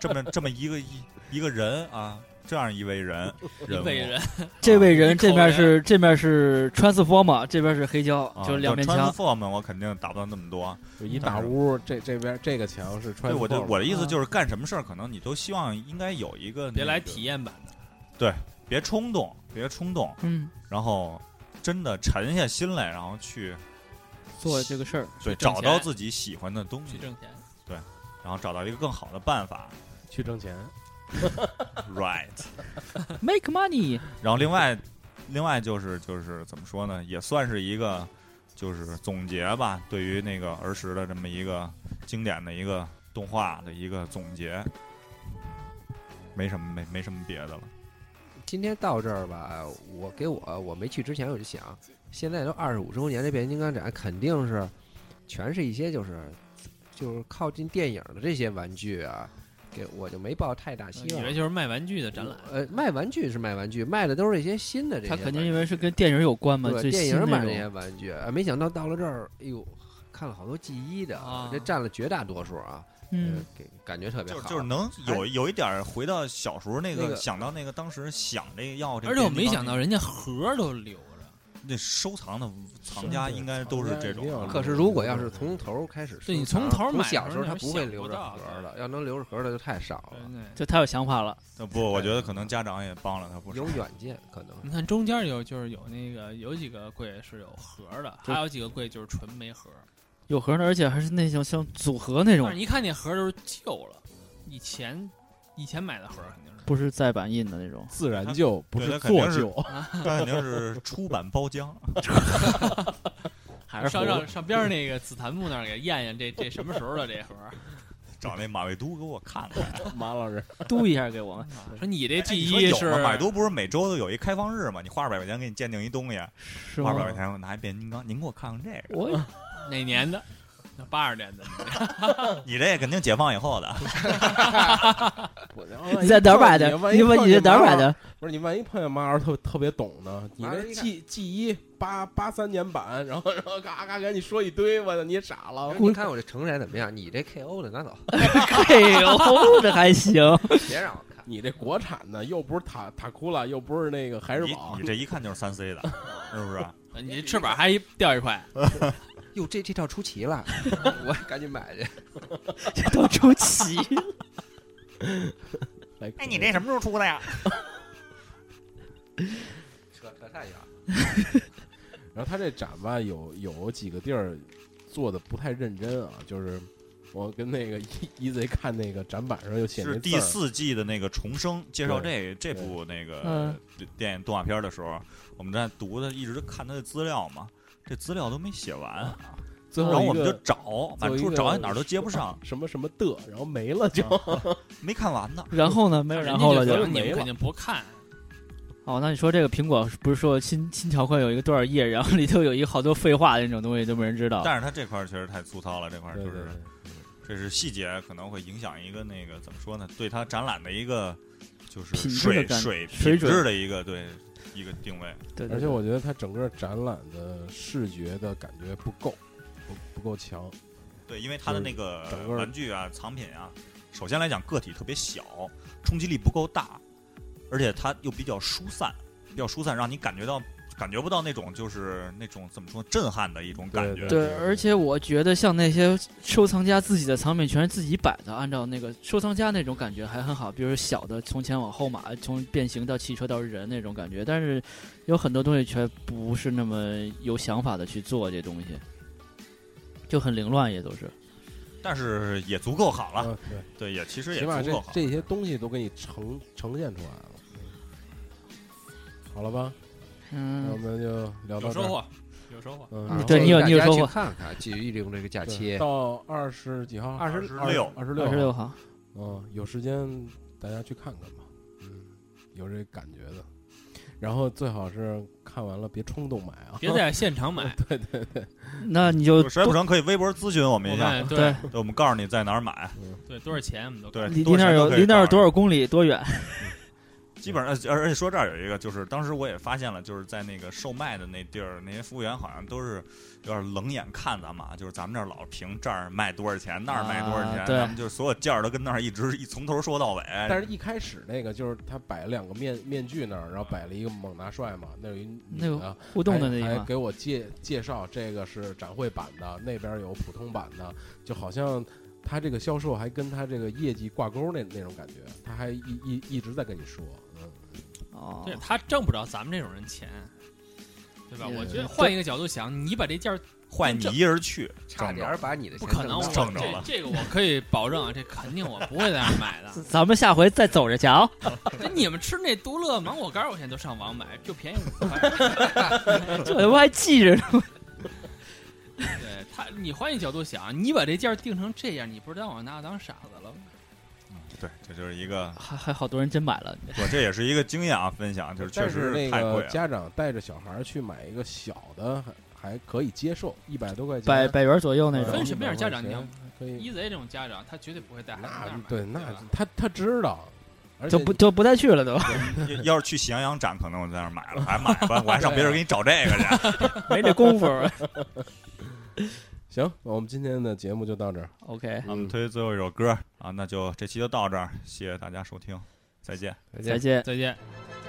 S3: 这么这么一个一一个人啊，这样一位人，
S5: 一
S3: 人
S5: 位
S3: 物
S5: 人，
S2: 这位人
S5: 一口
S2: 这面
S5: 人
S2: 是这面是 transformer，这边是黑胶，
S3: 啊，
S2: 就是两面
S3: 穿
S2: 墙。
S3: form 我肯定达不到那么多。
S6: 就一大屋，这这边这个墙是穿
S3: 对，我的我的意思
S2: 啊
S3: 就是干什么事儿，可能你都希望应该有一个
S5: 嗯别
S3: 那
S5: 来
S3: 个
S5: 体，验版的。
S3: 别冲动，别冲动，
S2: 嗯，
S3: 然后真的沉下心来，然后去
S2: 做这个事儿，
S3: 对
S5: 挣
S3: 找到
S5: 钱
S3: 自己喜欢的东
S5: 去
S3: 西，
S5: 挣钱，
S3: 然后找到一个更好的办法
S6: 去挣钱，
S3: ，right。
S2: make money，
S3: 然后另外，另外就是就是怎么说呢，也算是一个就是总结吧，对于那个儿时的这么一个经典的一个动画的一个总结，没什么没没什么别的了。
S4: 今天到这儿吧，我给我我没去之前我就想，现在都二十五周年，这变形金刚展肯定是全是一些就是就是靠近电影的这些玩具啊，给我就没抱太大希
S5: 以
S4: 望
S5: 为。就是卖玩具的展览。
S4: 呃，卖玩具是卖玩具，卖的都是一些新的这些
S2: 他
S4: 玩具。
S2: 肯定因为是跟电影有关嘛，
S4: 对
S2: 最
S4: 电
S2: 新
S4: 影
S2: 那
S4: 版这些
S2: 种。
S4: 玩具，呃没想到到了这儿，哎呦，看了好多记忆的，
S5: 啊
S4: 这占了绝大多数啊，
S2: 嗯
S4: 呃，，给感觉特别
S3: 就
S4: 好。
S3: 是就是能有有一点儿回到小时候那个、
S4: 那个
S3: 想到那个当时想这个要这个
S5: 而且我
S3: 变形金刚那，
S5: 没想到人家盒儿都留着，
S3: 那收藏的藏家应该都是这种啊
S6: 藏家一定
S3: 的。
S6: 要
S4: 可是，如果要是从头开始收藏，
S5: 对你从头买的
S4: 从小时候
S5: 时
S4: 他
S5: 候
S4: 不会
S5: 你
S4: 留
S5: 想不
S4: 着
S5: 到
S4: 盒
S5: 对
S4: 的，要能留着盒的就太少了，
S2: 就太有想法了。
S3: 呃不，我觉得可能家长也帮了他不少
S4: 有。远见可能。
S5: 你看中间有就是有那个有几个柜是有盒儿的，
S2: 就
S5: 还有几个柜就是纯没盒儿。
S2: 有盒呢，而且还是那种像组合那
S5: 但
S2: 种
S5: 是，你一看那盒儿就是旧了，以前以前买的盒儿肯定是。
S2: 不是再版印的那种。
S6: 自然就不
S3: 对
S6: 是
S3: 他肯定
S6: 做
S3: 是
S6: 旧。
S3: 那肯定是出版包浆，
S2: 还是
S5: 上
S2: 活
S5: 上上边儿那个紫檀木那儿给验验这这什么时候的这盒儿？
S3: 找那马未都给我看看。
S6: 马老师，
S2: 嘟一下给我们，
S5: 说你这
S3: 哎
S5: G
S3: 你说
S5: 一
S3: 有
S5: 是
S3: 吗百度不是每周都有一开放日吗？你花二百块钱给你鉴定一东西，
S2: 是
S3: 花
S2: 吗
S3: 二？百块钱我拿一变形金刚，您给我看看这
S2: 我
S6: 嗯
S5: 哪年的？八十年的，
S3: 个，你这也肯定解放以后的。
S2: 你在哪儿买的？
S6: 万一
S2: 你问
S6: 碰
S2: 你在
S6: 见
S2: 哪儿
S6: 马
S2: 买
S6: 老
S2: 的？
S6: 不是你万一碰见马老师特特别懂呢？你
S4: 马老
S6: 那
S4: 师一看
S6: 记记一八八三年版，然后然后嘎嘎给你说一堆，我操，你也傻了。
S4: 你看我这成色怎么样？你这 KO 的拿走，
S2: 哎呦， 这还行。
S4: 别让我看。
S6: 你这国产的又不是塔塔库拉，又不是那个海
S3: 你
S6: 日堡
S3: 你，这一看就是三啊 C 的，是不是？
S5: 你这翅膀还一掉一块，
S4: 哟，这这套出齐了， 我赶紧买去。
S2: 这都出奇。
S7: 哎，你这什么时候出的呀？
S4: 扯扯太远了。
S6: 然后他这展吧，有有几个地儿做的不太认真啊，就是我跟那个 一 z 看那个展板上又写
S3: 是
S6: 那字
S3: 第
S6: 儿
S3: 四季的那个重生，介绍这这
S6: 对
S3: 部那个
S2: 嗯
S3: 电影动画片的时候，我们在读的，一直看他的资料嘛，这资料都没写完，啊
S6: 最
S3: 然后
S6: 后
S3: 我
S6: 一
S3: 们就
S6: 个
S3: 找，满
S6: 最后一
S3: 处
S6: 个
S3: 找哪儿都接不上，
S6: 什么什么的，然后没了就。
S3: 没看完呢。
S2: 然后呢？没有然后了
S5: 人家
S2: 就
S5: 说你
S6: 没
S5: 们
S6: 了
S5: 肯定不看，
S2: 哦，那你说这个苹果不是说新新条款有一个多少页，然后里头有一个好多废话的那种东西，就没人知道。
S3: 但是他这块儿确实太粗糙了，这块儿
S6: 啊对
S3: 就
S6: 对
S3: 是
S6: 对，
S3: 这是细节，可能会影响一个那个怎么说呢？对他展览的一个就是
S2: 品质
S3: 水
S2: 的展
S3: 水
S2: 水
S3: 品
S2: 准
S3: 质的一个对一个定位。
S2: 对对
S6: 而且我觉得它整个展览的视觉的感觉不够，不不够强。
S3: 对，因为它的那个
S6: 整个
S3: 玩具啊、藏品啊，首先来讲个体特别小，冲击力不够大，而且它又比较疏散，比较疏散，让你感觉到感觉不到那种就是那种怎么说震撼的一种感觉。
S6: 对
S2: 对，而且我觉得像那些收藏家自己的藏品全是自己摆的，按照那个收藏家那种感觉还很好，比如小的从前往后马，从变形到汽车到人那种感觉，但是有很多东西却不是那么有想法的去做这东西，就很凌乱，也都是。
S3: 但是也足够好了，
S6: 嗯，对，
S3: 啊对，也其实也
S6: 起码
S3: 足
S6: 这
S3: 够好。
S6: 这些东西都给你呈呈现出来了。好了吧，那我
S2: 嗯，
S6: 们就
S5: 有
S6: 聊到这
S5: 收
S6: 儿。
S5: 获，有收获。
S6: 嗯，
S4: 啊
S6: 然
S2: 对
S6: 后
S2: 你有
S4: 大
S2: 你有
S4: 家
S2: 收
S4: 去
S2: 获
S4: 看看，继续利用这个假期
S6: 对。到二十几号，
S4: 二十
S3: 六
S6: 二十六，
S2: 二十六。号，
S6: 嗯，有时间大家去看看吧。嗯，有这感觉的。然后最好是看完了别冲动买啊。
S5: 别 在现场买，
S2: 那你就
S3: 实在不成可以微博咨询我们
S5: 我
S3: 一下，
S5: 们
S2: 对
S5: 对
S3: 对我们告诉你在哪儿买。
S5: 对多少钱我们都
S3: 对，
S2: 离
S3: 多
S2: 离
S3: 少
S2: 那儿
S3: 钱都
S2: 有
S3: 可以
S2: 离那儿有
S3: 告诉
S2: 多少公里多远？
S3: 基本上，呃而而且说这儿有一个，就是当时我也发现了，就是在那个售卖的那地儿，那些服务员好像都是有点冷眼看咱们啊，就是咱们这儿老凭这儿卖多少钱，那儿卖多少钱，
S2: 啊对
S3: 咱们就所有价儿都跟那儿一直一从头说到尾。
S6: 但是，一开始那个就是他摆了两个面面具那儿，然后摆了一个猛大帅嘛，那有一女
S2: 那
S6: 的
S2: 个，互动的那一
S6: 还还
S2: 块，
S6: 给我介介绍，这个是展会版的，那边有普通版的，就好像他这个销售还跟他这个业绩挂钩那那种感觉，他还一一一直在跟你说，嗯，
S2: 哦
S5: 对，他挣不着咱们这种人钱，对吧？
S2: 也
S5: 我觉得
S2: 对
S5: 换一个角度想，你把这件儿
S3: 换你一人去，
S4: 差点儿把你的
S5: 不
S4: 钱
S5: 可能，我
S3: 挣
S4: 挣
S3: 着
S4: 到
S5: 这
S3: 了
S5: 这个我可以保证啊，这肯定我不会在那儿 买的。
S2: 咱们下回再走着瞧。
S5: 那你们吃那独乐芒果干儿，我现在都上网买，就 便宜五块。
S2: 这我还记着呢。
S5: 对他，你换一角度想，你把这件儿定成这样，你不是当我拿我当傻子了吗？
S3: 嗯对，这就是一个，
S2: 还还好多人真买了，
S3: 我这也是一个经验啊，分享，就是确
S6: 但是
S3: 实
S6: 那
S3: 太贵
S6: 个
S3: 了。
S6: 家长带着小孩儿去买一个小的还还可以接受，一百多块钱，
S2: 百百元左右那
S6: 嗯
S5: 分
S2: 种。
S5: 什么样家长？你要
S6: 100可以，
S5: 一贼这种家长，他绝对不会带孩子那
S6: 那
S5: 儿买。
S6: 嗯啊对，那
S5: 吧
S6: 他他知道，而且
S2: 就不就不再去了都，
S3: 要要是去喜羊羊展，可能我在那儿买了，还买吧，我 还
S6: 啊
S3: 上别人给你找这个去。
S2: 没这功夫。
S6: 行，我们今天的节目就到这儿，
S2: OK，
S3: 我们推最后一首歌啊，那就这期就到这儿，谢谢大家收听，再见。
S2: 再见。
S5: 再见。
S6: 嗯